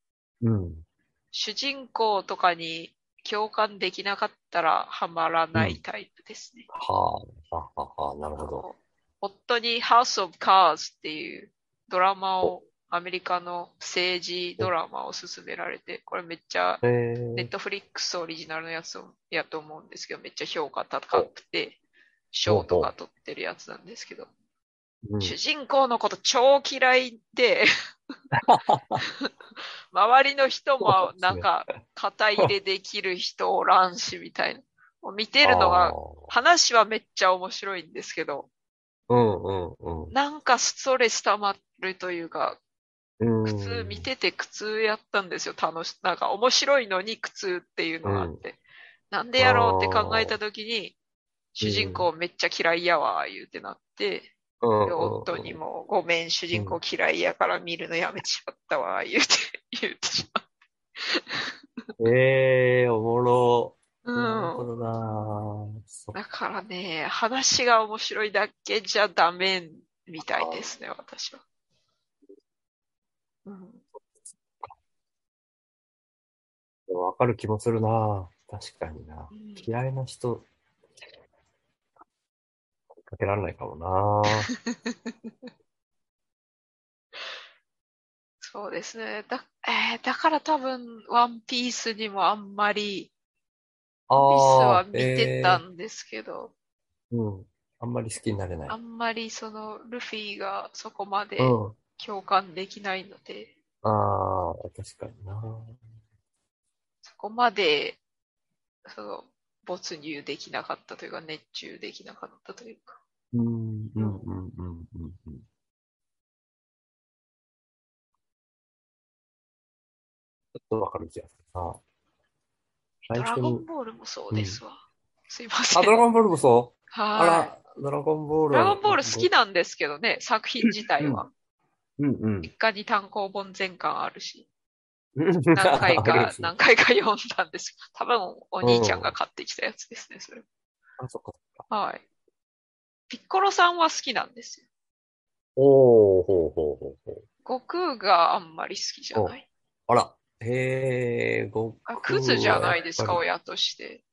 うん。うん。主人公とかに共感できなかったらハマらないタイプですね。はあ、はあ、はあ、なるあほど。の夫に House of Cards っていうドラマを、アメリカの政治ドラマを勧められて、これめっちゃえネットフリックスオリジナルのやつをやと思うんですけど、めっちゃ評価高くて、賞とか取ってるやつなんですけど、ーうん主人公のこと超嫌い [LAUGHS] で、周りの人もなんか、肩入れできる人おらんしみたいな。もう見てるのあが、ー話はめっちゃ面白いんですけど、うんうんなんかストレス溜まるというか、うん。苦痛、見てて苦痛やったんですよ。楽し、なんか面白いのに苦痛っていうのがあって。なんでやろうって考えたときに、主人公めっちゃ嫌いやわ、言うてなって、うんうんうん、で夫にも、ごめん、主人公嫌いやから見るのやめちまったわ、言うて、 [LAUGHS] 言うてしまええおもろ。う。なるうほん。どなそっだからね、話が面白いだけじゃダメみたいですね、私は。うん、かわかる気もするな確かになうん嫌いな人、かけられないかも [LAUGHS] なそうですね。だ、えーだから多分、ワンピースにもあんまり、あワンピースあは見てたんですけど、えーうん。あんまり好きになれないあ。んまりそのルフィがそこまでうん。共感できないので、ああ、確かにな。そこまで、その、没入できなかったというか、熱中できなかったというか。うん、うん、うん、うん、うん。うんちょっとわかる気がするな。ド最ラ初ゴンに、ボールもそうですわ。すいません。あ、ドラゴンボールもそうあはら、ドラゴンボい。ールドラはゴンボール好きなんですけどね、作品自体は。うんうん。一家に単行本全巻あるし、何何回か、あ何回か読んだんですけど、多分お兄ちゃんが買ってきたやつですね、それ。そっかそっか。はい。ピッコロさんは好きなんですよ。おー、ほうほうほうほう。悟空があんまり好きじゃない。あら、へえ、ご、あ、クズじゃないですか、うん親として。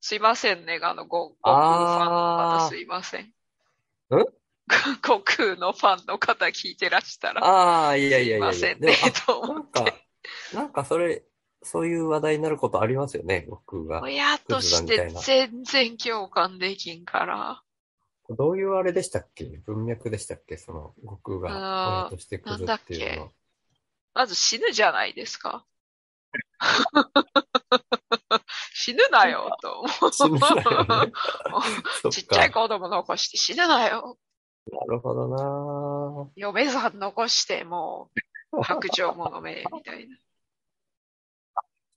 すいませんね、あの、ご悟空ファンの方あすー、いません。んん悟空のファンの方聞いてらしたら、ああ、いやいやいやいすいませや。んでもね、とあ、な思んっかて。、なんかそれ、そういう話題になることありますよね、僕が。親としクズだてみ全然共感できんから、どういうあれでしたっけ文脈でしたっけその、悟空があー親としてクズっていうのは。まず死ぬじゃないですか。 [LAUGHS] 死ぬなよ、と思 [LAUGHS] う。死ぬなよねそっちっちゃいか。子供残して死ぬなよ。なるほどな嫁さん残して、もう、白状ものめ、みたい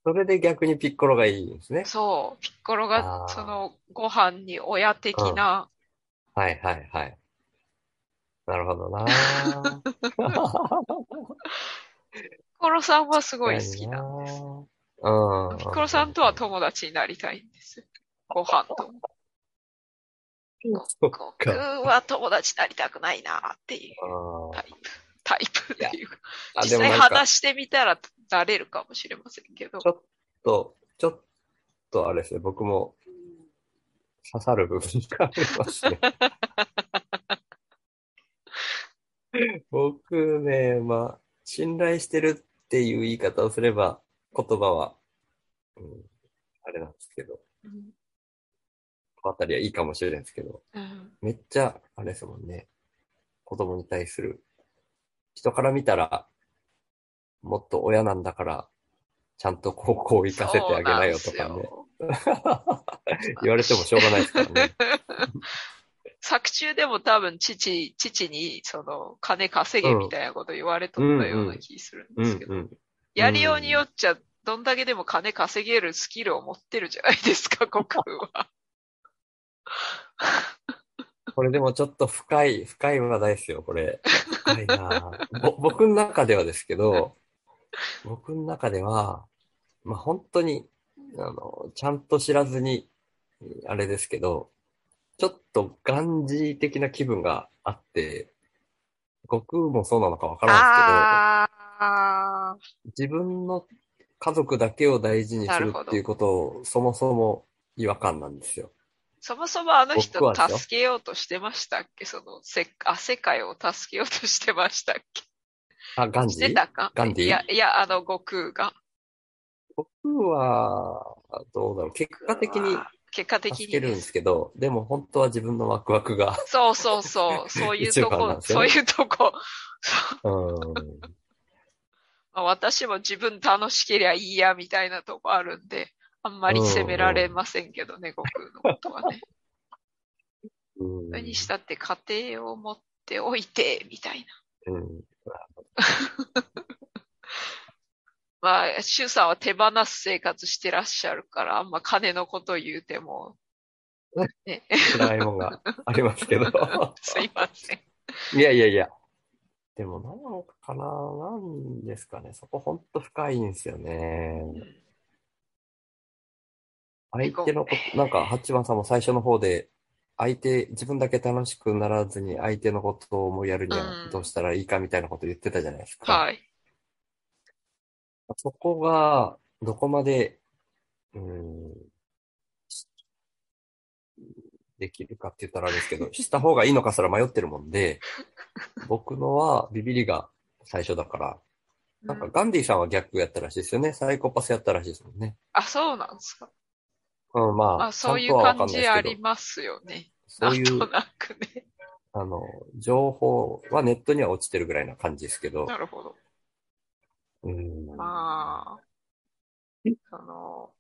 それで逆にピッコロがいいんですねな。。そう、ピッコロあが、ーその、ご飯に親的な、はいはいはい。なるほ [LAUGHS] どなぁ。ピッコロさんはすすごい好きな。です。うん。ピッコロさんとは友達になりたいんです。ご飯と。そっ悟か。空は友達になりたくないな、っていううんタイプ。タイプっていうかあ、実でも際なんか、ち話してみたらなれるかもしれませんけど。ょっと、ちょっとあれですね、僕も刺さる部分があります [LAUGHS] ね。僕ね、まあ、信頼してるっていう言い方をすれば、言葉は、うん、あれなんですけど、うんあたりはいいかもしれないですけど、うんめっちゃ、あれですもんね。子供に対する。人から見たら、もっと親なんだから、ちゃんと高校を行かせてあげなよとかね。そうなんですよ [LAUGHS] 言われてもしょうがないですから [LAUGHS] ね。作中でも多分父、父にその金稼げみたいなこと言われとったような気するんうですけど、んやりようによっちゃ、どんだけでも金稼げるスキルを持ってるじゃないですか、悟空は。うん。これでもちょっと深い、深い話題ですよ、これ。深いなぁぼ僕の中ではですけど、僕の中では、まあ本当に、あの、ちゃんと知らずに、あれですけど、ちょっとガンジー的な気分があって、悟空もそうなのかわからんでああ、すけど、自分の家族だけを大事にすなるるほどっていうことを、そもそも違和感なんですよ。そもそもあの僕人はですよ助けようとしてましたっけその、せ、あ、世界を助けようとしてましたっけあ、ガンしジてーたかガンディいや、いや、あの、悟空が。僕は、どうだろう。結果的に結果的助にけるんですけど、でも本当は自分のワクワ [LAUGHS] クが、そうそう [LAUGHS] そう、そういうと一番なんこ、ですよそうねいうとこ。 [LAUGHS] うん。まあ私も自分楽しけりゃいいや、みたいなとこあるんで、あんまり責められませんけどね、悟空のこと [LAUGHS] はね。うん何にしたって家庭を持っておいて、みたいな。うん。まあ、シュウさんは手放す生活してらっしゃるから、あんま金のこと言うても、ね、辛いもんがありま [LAUGHS] すけど。すいません。いやいやいや。でも、なのかななんですかね。そこほんと深いんですよね。相手のこと、なんか、八番さんも最初の方で、相手、自分だけ楽しくならずに相手のことを思いやるにうはんどうしたらいいかみたいなこと言ってたじゃないですか。はい。そこが、どこまで、うん、できるかって言ったらあれで [LAUGHS] すけど、した方がいいのかすら迷ってるもんで、僕のはビビりが最初だから、なんかうんガンディさんは逆やったらしいですよね。サイコパスやったらしいですもんね。あ、そうなんですか。うん、まあ、まあ、そういちゃうんとはわか感んないじですあけどりますよね。そういなんうと、なくね。あの、情報はネットには落ちてるぐらいな感じですけど、なるほど。うん。まえあ、その、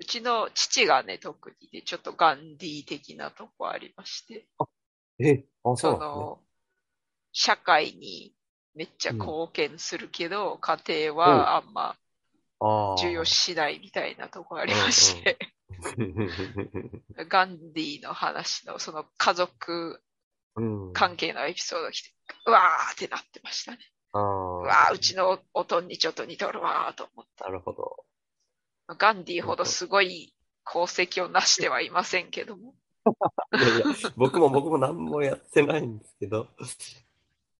うちの父がね、特にね、ちょっとガンディー的なとこありまして、え、あ、そうそなんでの、社会にめっちゃ貢献するけど、家庭はあんます重ね。要視しないみたいなとこありまして、ガンディーの話の、その家族あー。うん。関係のエピソードが来て、うわーってなってましたね。あうーわー、うちのおとんにちょっと似とるわーと思ったな。るほど。ガンディーほどすごい功績を成してはいませんけども。いやいや、僕も僕も何もやってないんですけど、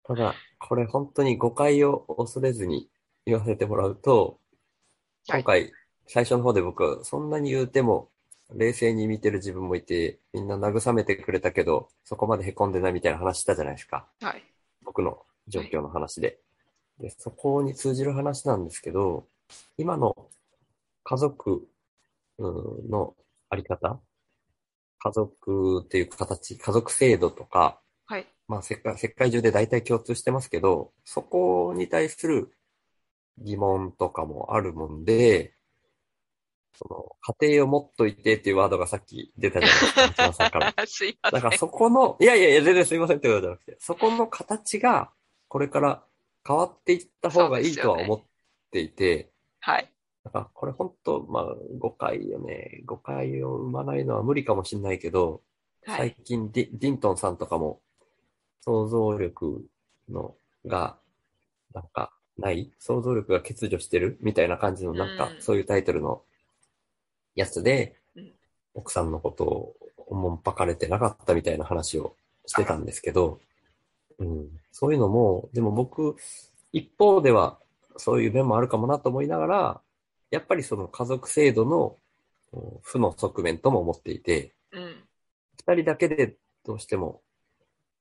ただ、これ本当に誤解を恐れずに言わせてもらうと、は今い回、最初の方で僕はそんなに言うても、冷静に見てる自分もいて、みんな慰めてくれたけど、そこまで凹んでないみたいな話したじゃないですか。はい。僕の状況の話で。で、そこに通じる話なんですけど、今の家族うんのあり方、家族っていう形、家族制度とか、はい。まあ世界、世界中で大体共通してますけど、そこに対する疑問とかもあるもんで、その、家庭を持っといてっていうワードがさっき出たじゃないですか、松本さんから。 [LAUGHS] すいませだん。からそこの、いやいやいや、全然すいませんってことじゃなくて、そこの形が、これから変わっていった方がいいとは思っていて、はい。だからこれ本当、まあ、誤解よね。誤解を生まないのは無理かもしれないけど、は最い。近ディ、ディントンさんとかも、想像力の、が、なんか、ない想像力が欠如してるみたいな感じの、なんかう、んそういうタイトルのやつでうん、奥さんのことをおもんぱかれてなかったみたいな話をしてたんですけど、うん、そういうのも、でも僕、一方では、そういう面もあるかもなと思いながら、やっぱりその家族制度のこう負の側面とも思っていて、うん。二人だけでどうしても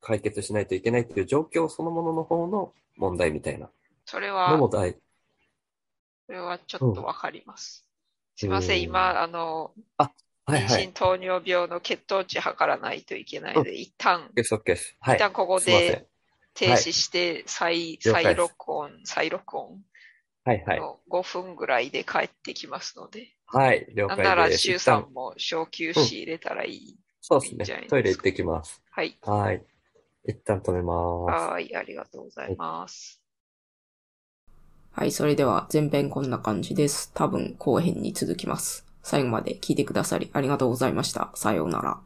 解決しないといけないっていう状況そのものの方の問題みたいなそれのは、も大、それはちょっとわかります。すいませうんん。今、あの、はい妊はい娠。糖尿病の血糖値測らないといけないので、一旦、です、OK です。は一い。旦ここすいませんで。停止して、再、了解です再録音、再録音はいはい。の5分ぐらいで帰ってきますので、はい、了なん解なら、です。周一さ旦んも小休止入れたらいい。そういいんでじすゃないでねす。かトイレ行ってきます。はい。はい。一旦止めます。はーい。ありがとうございます。はい、それでは前編こんな感じです。多分後編に続きます。最後まで聞いてくださりありがとうございました。さようなら。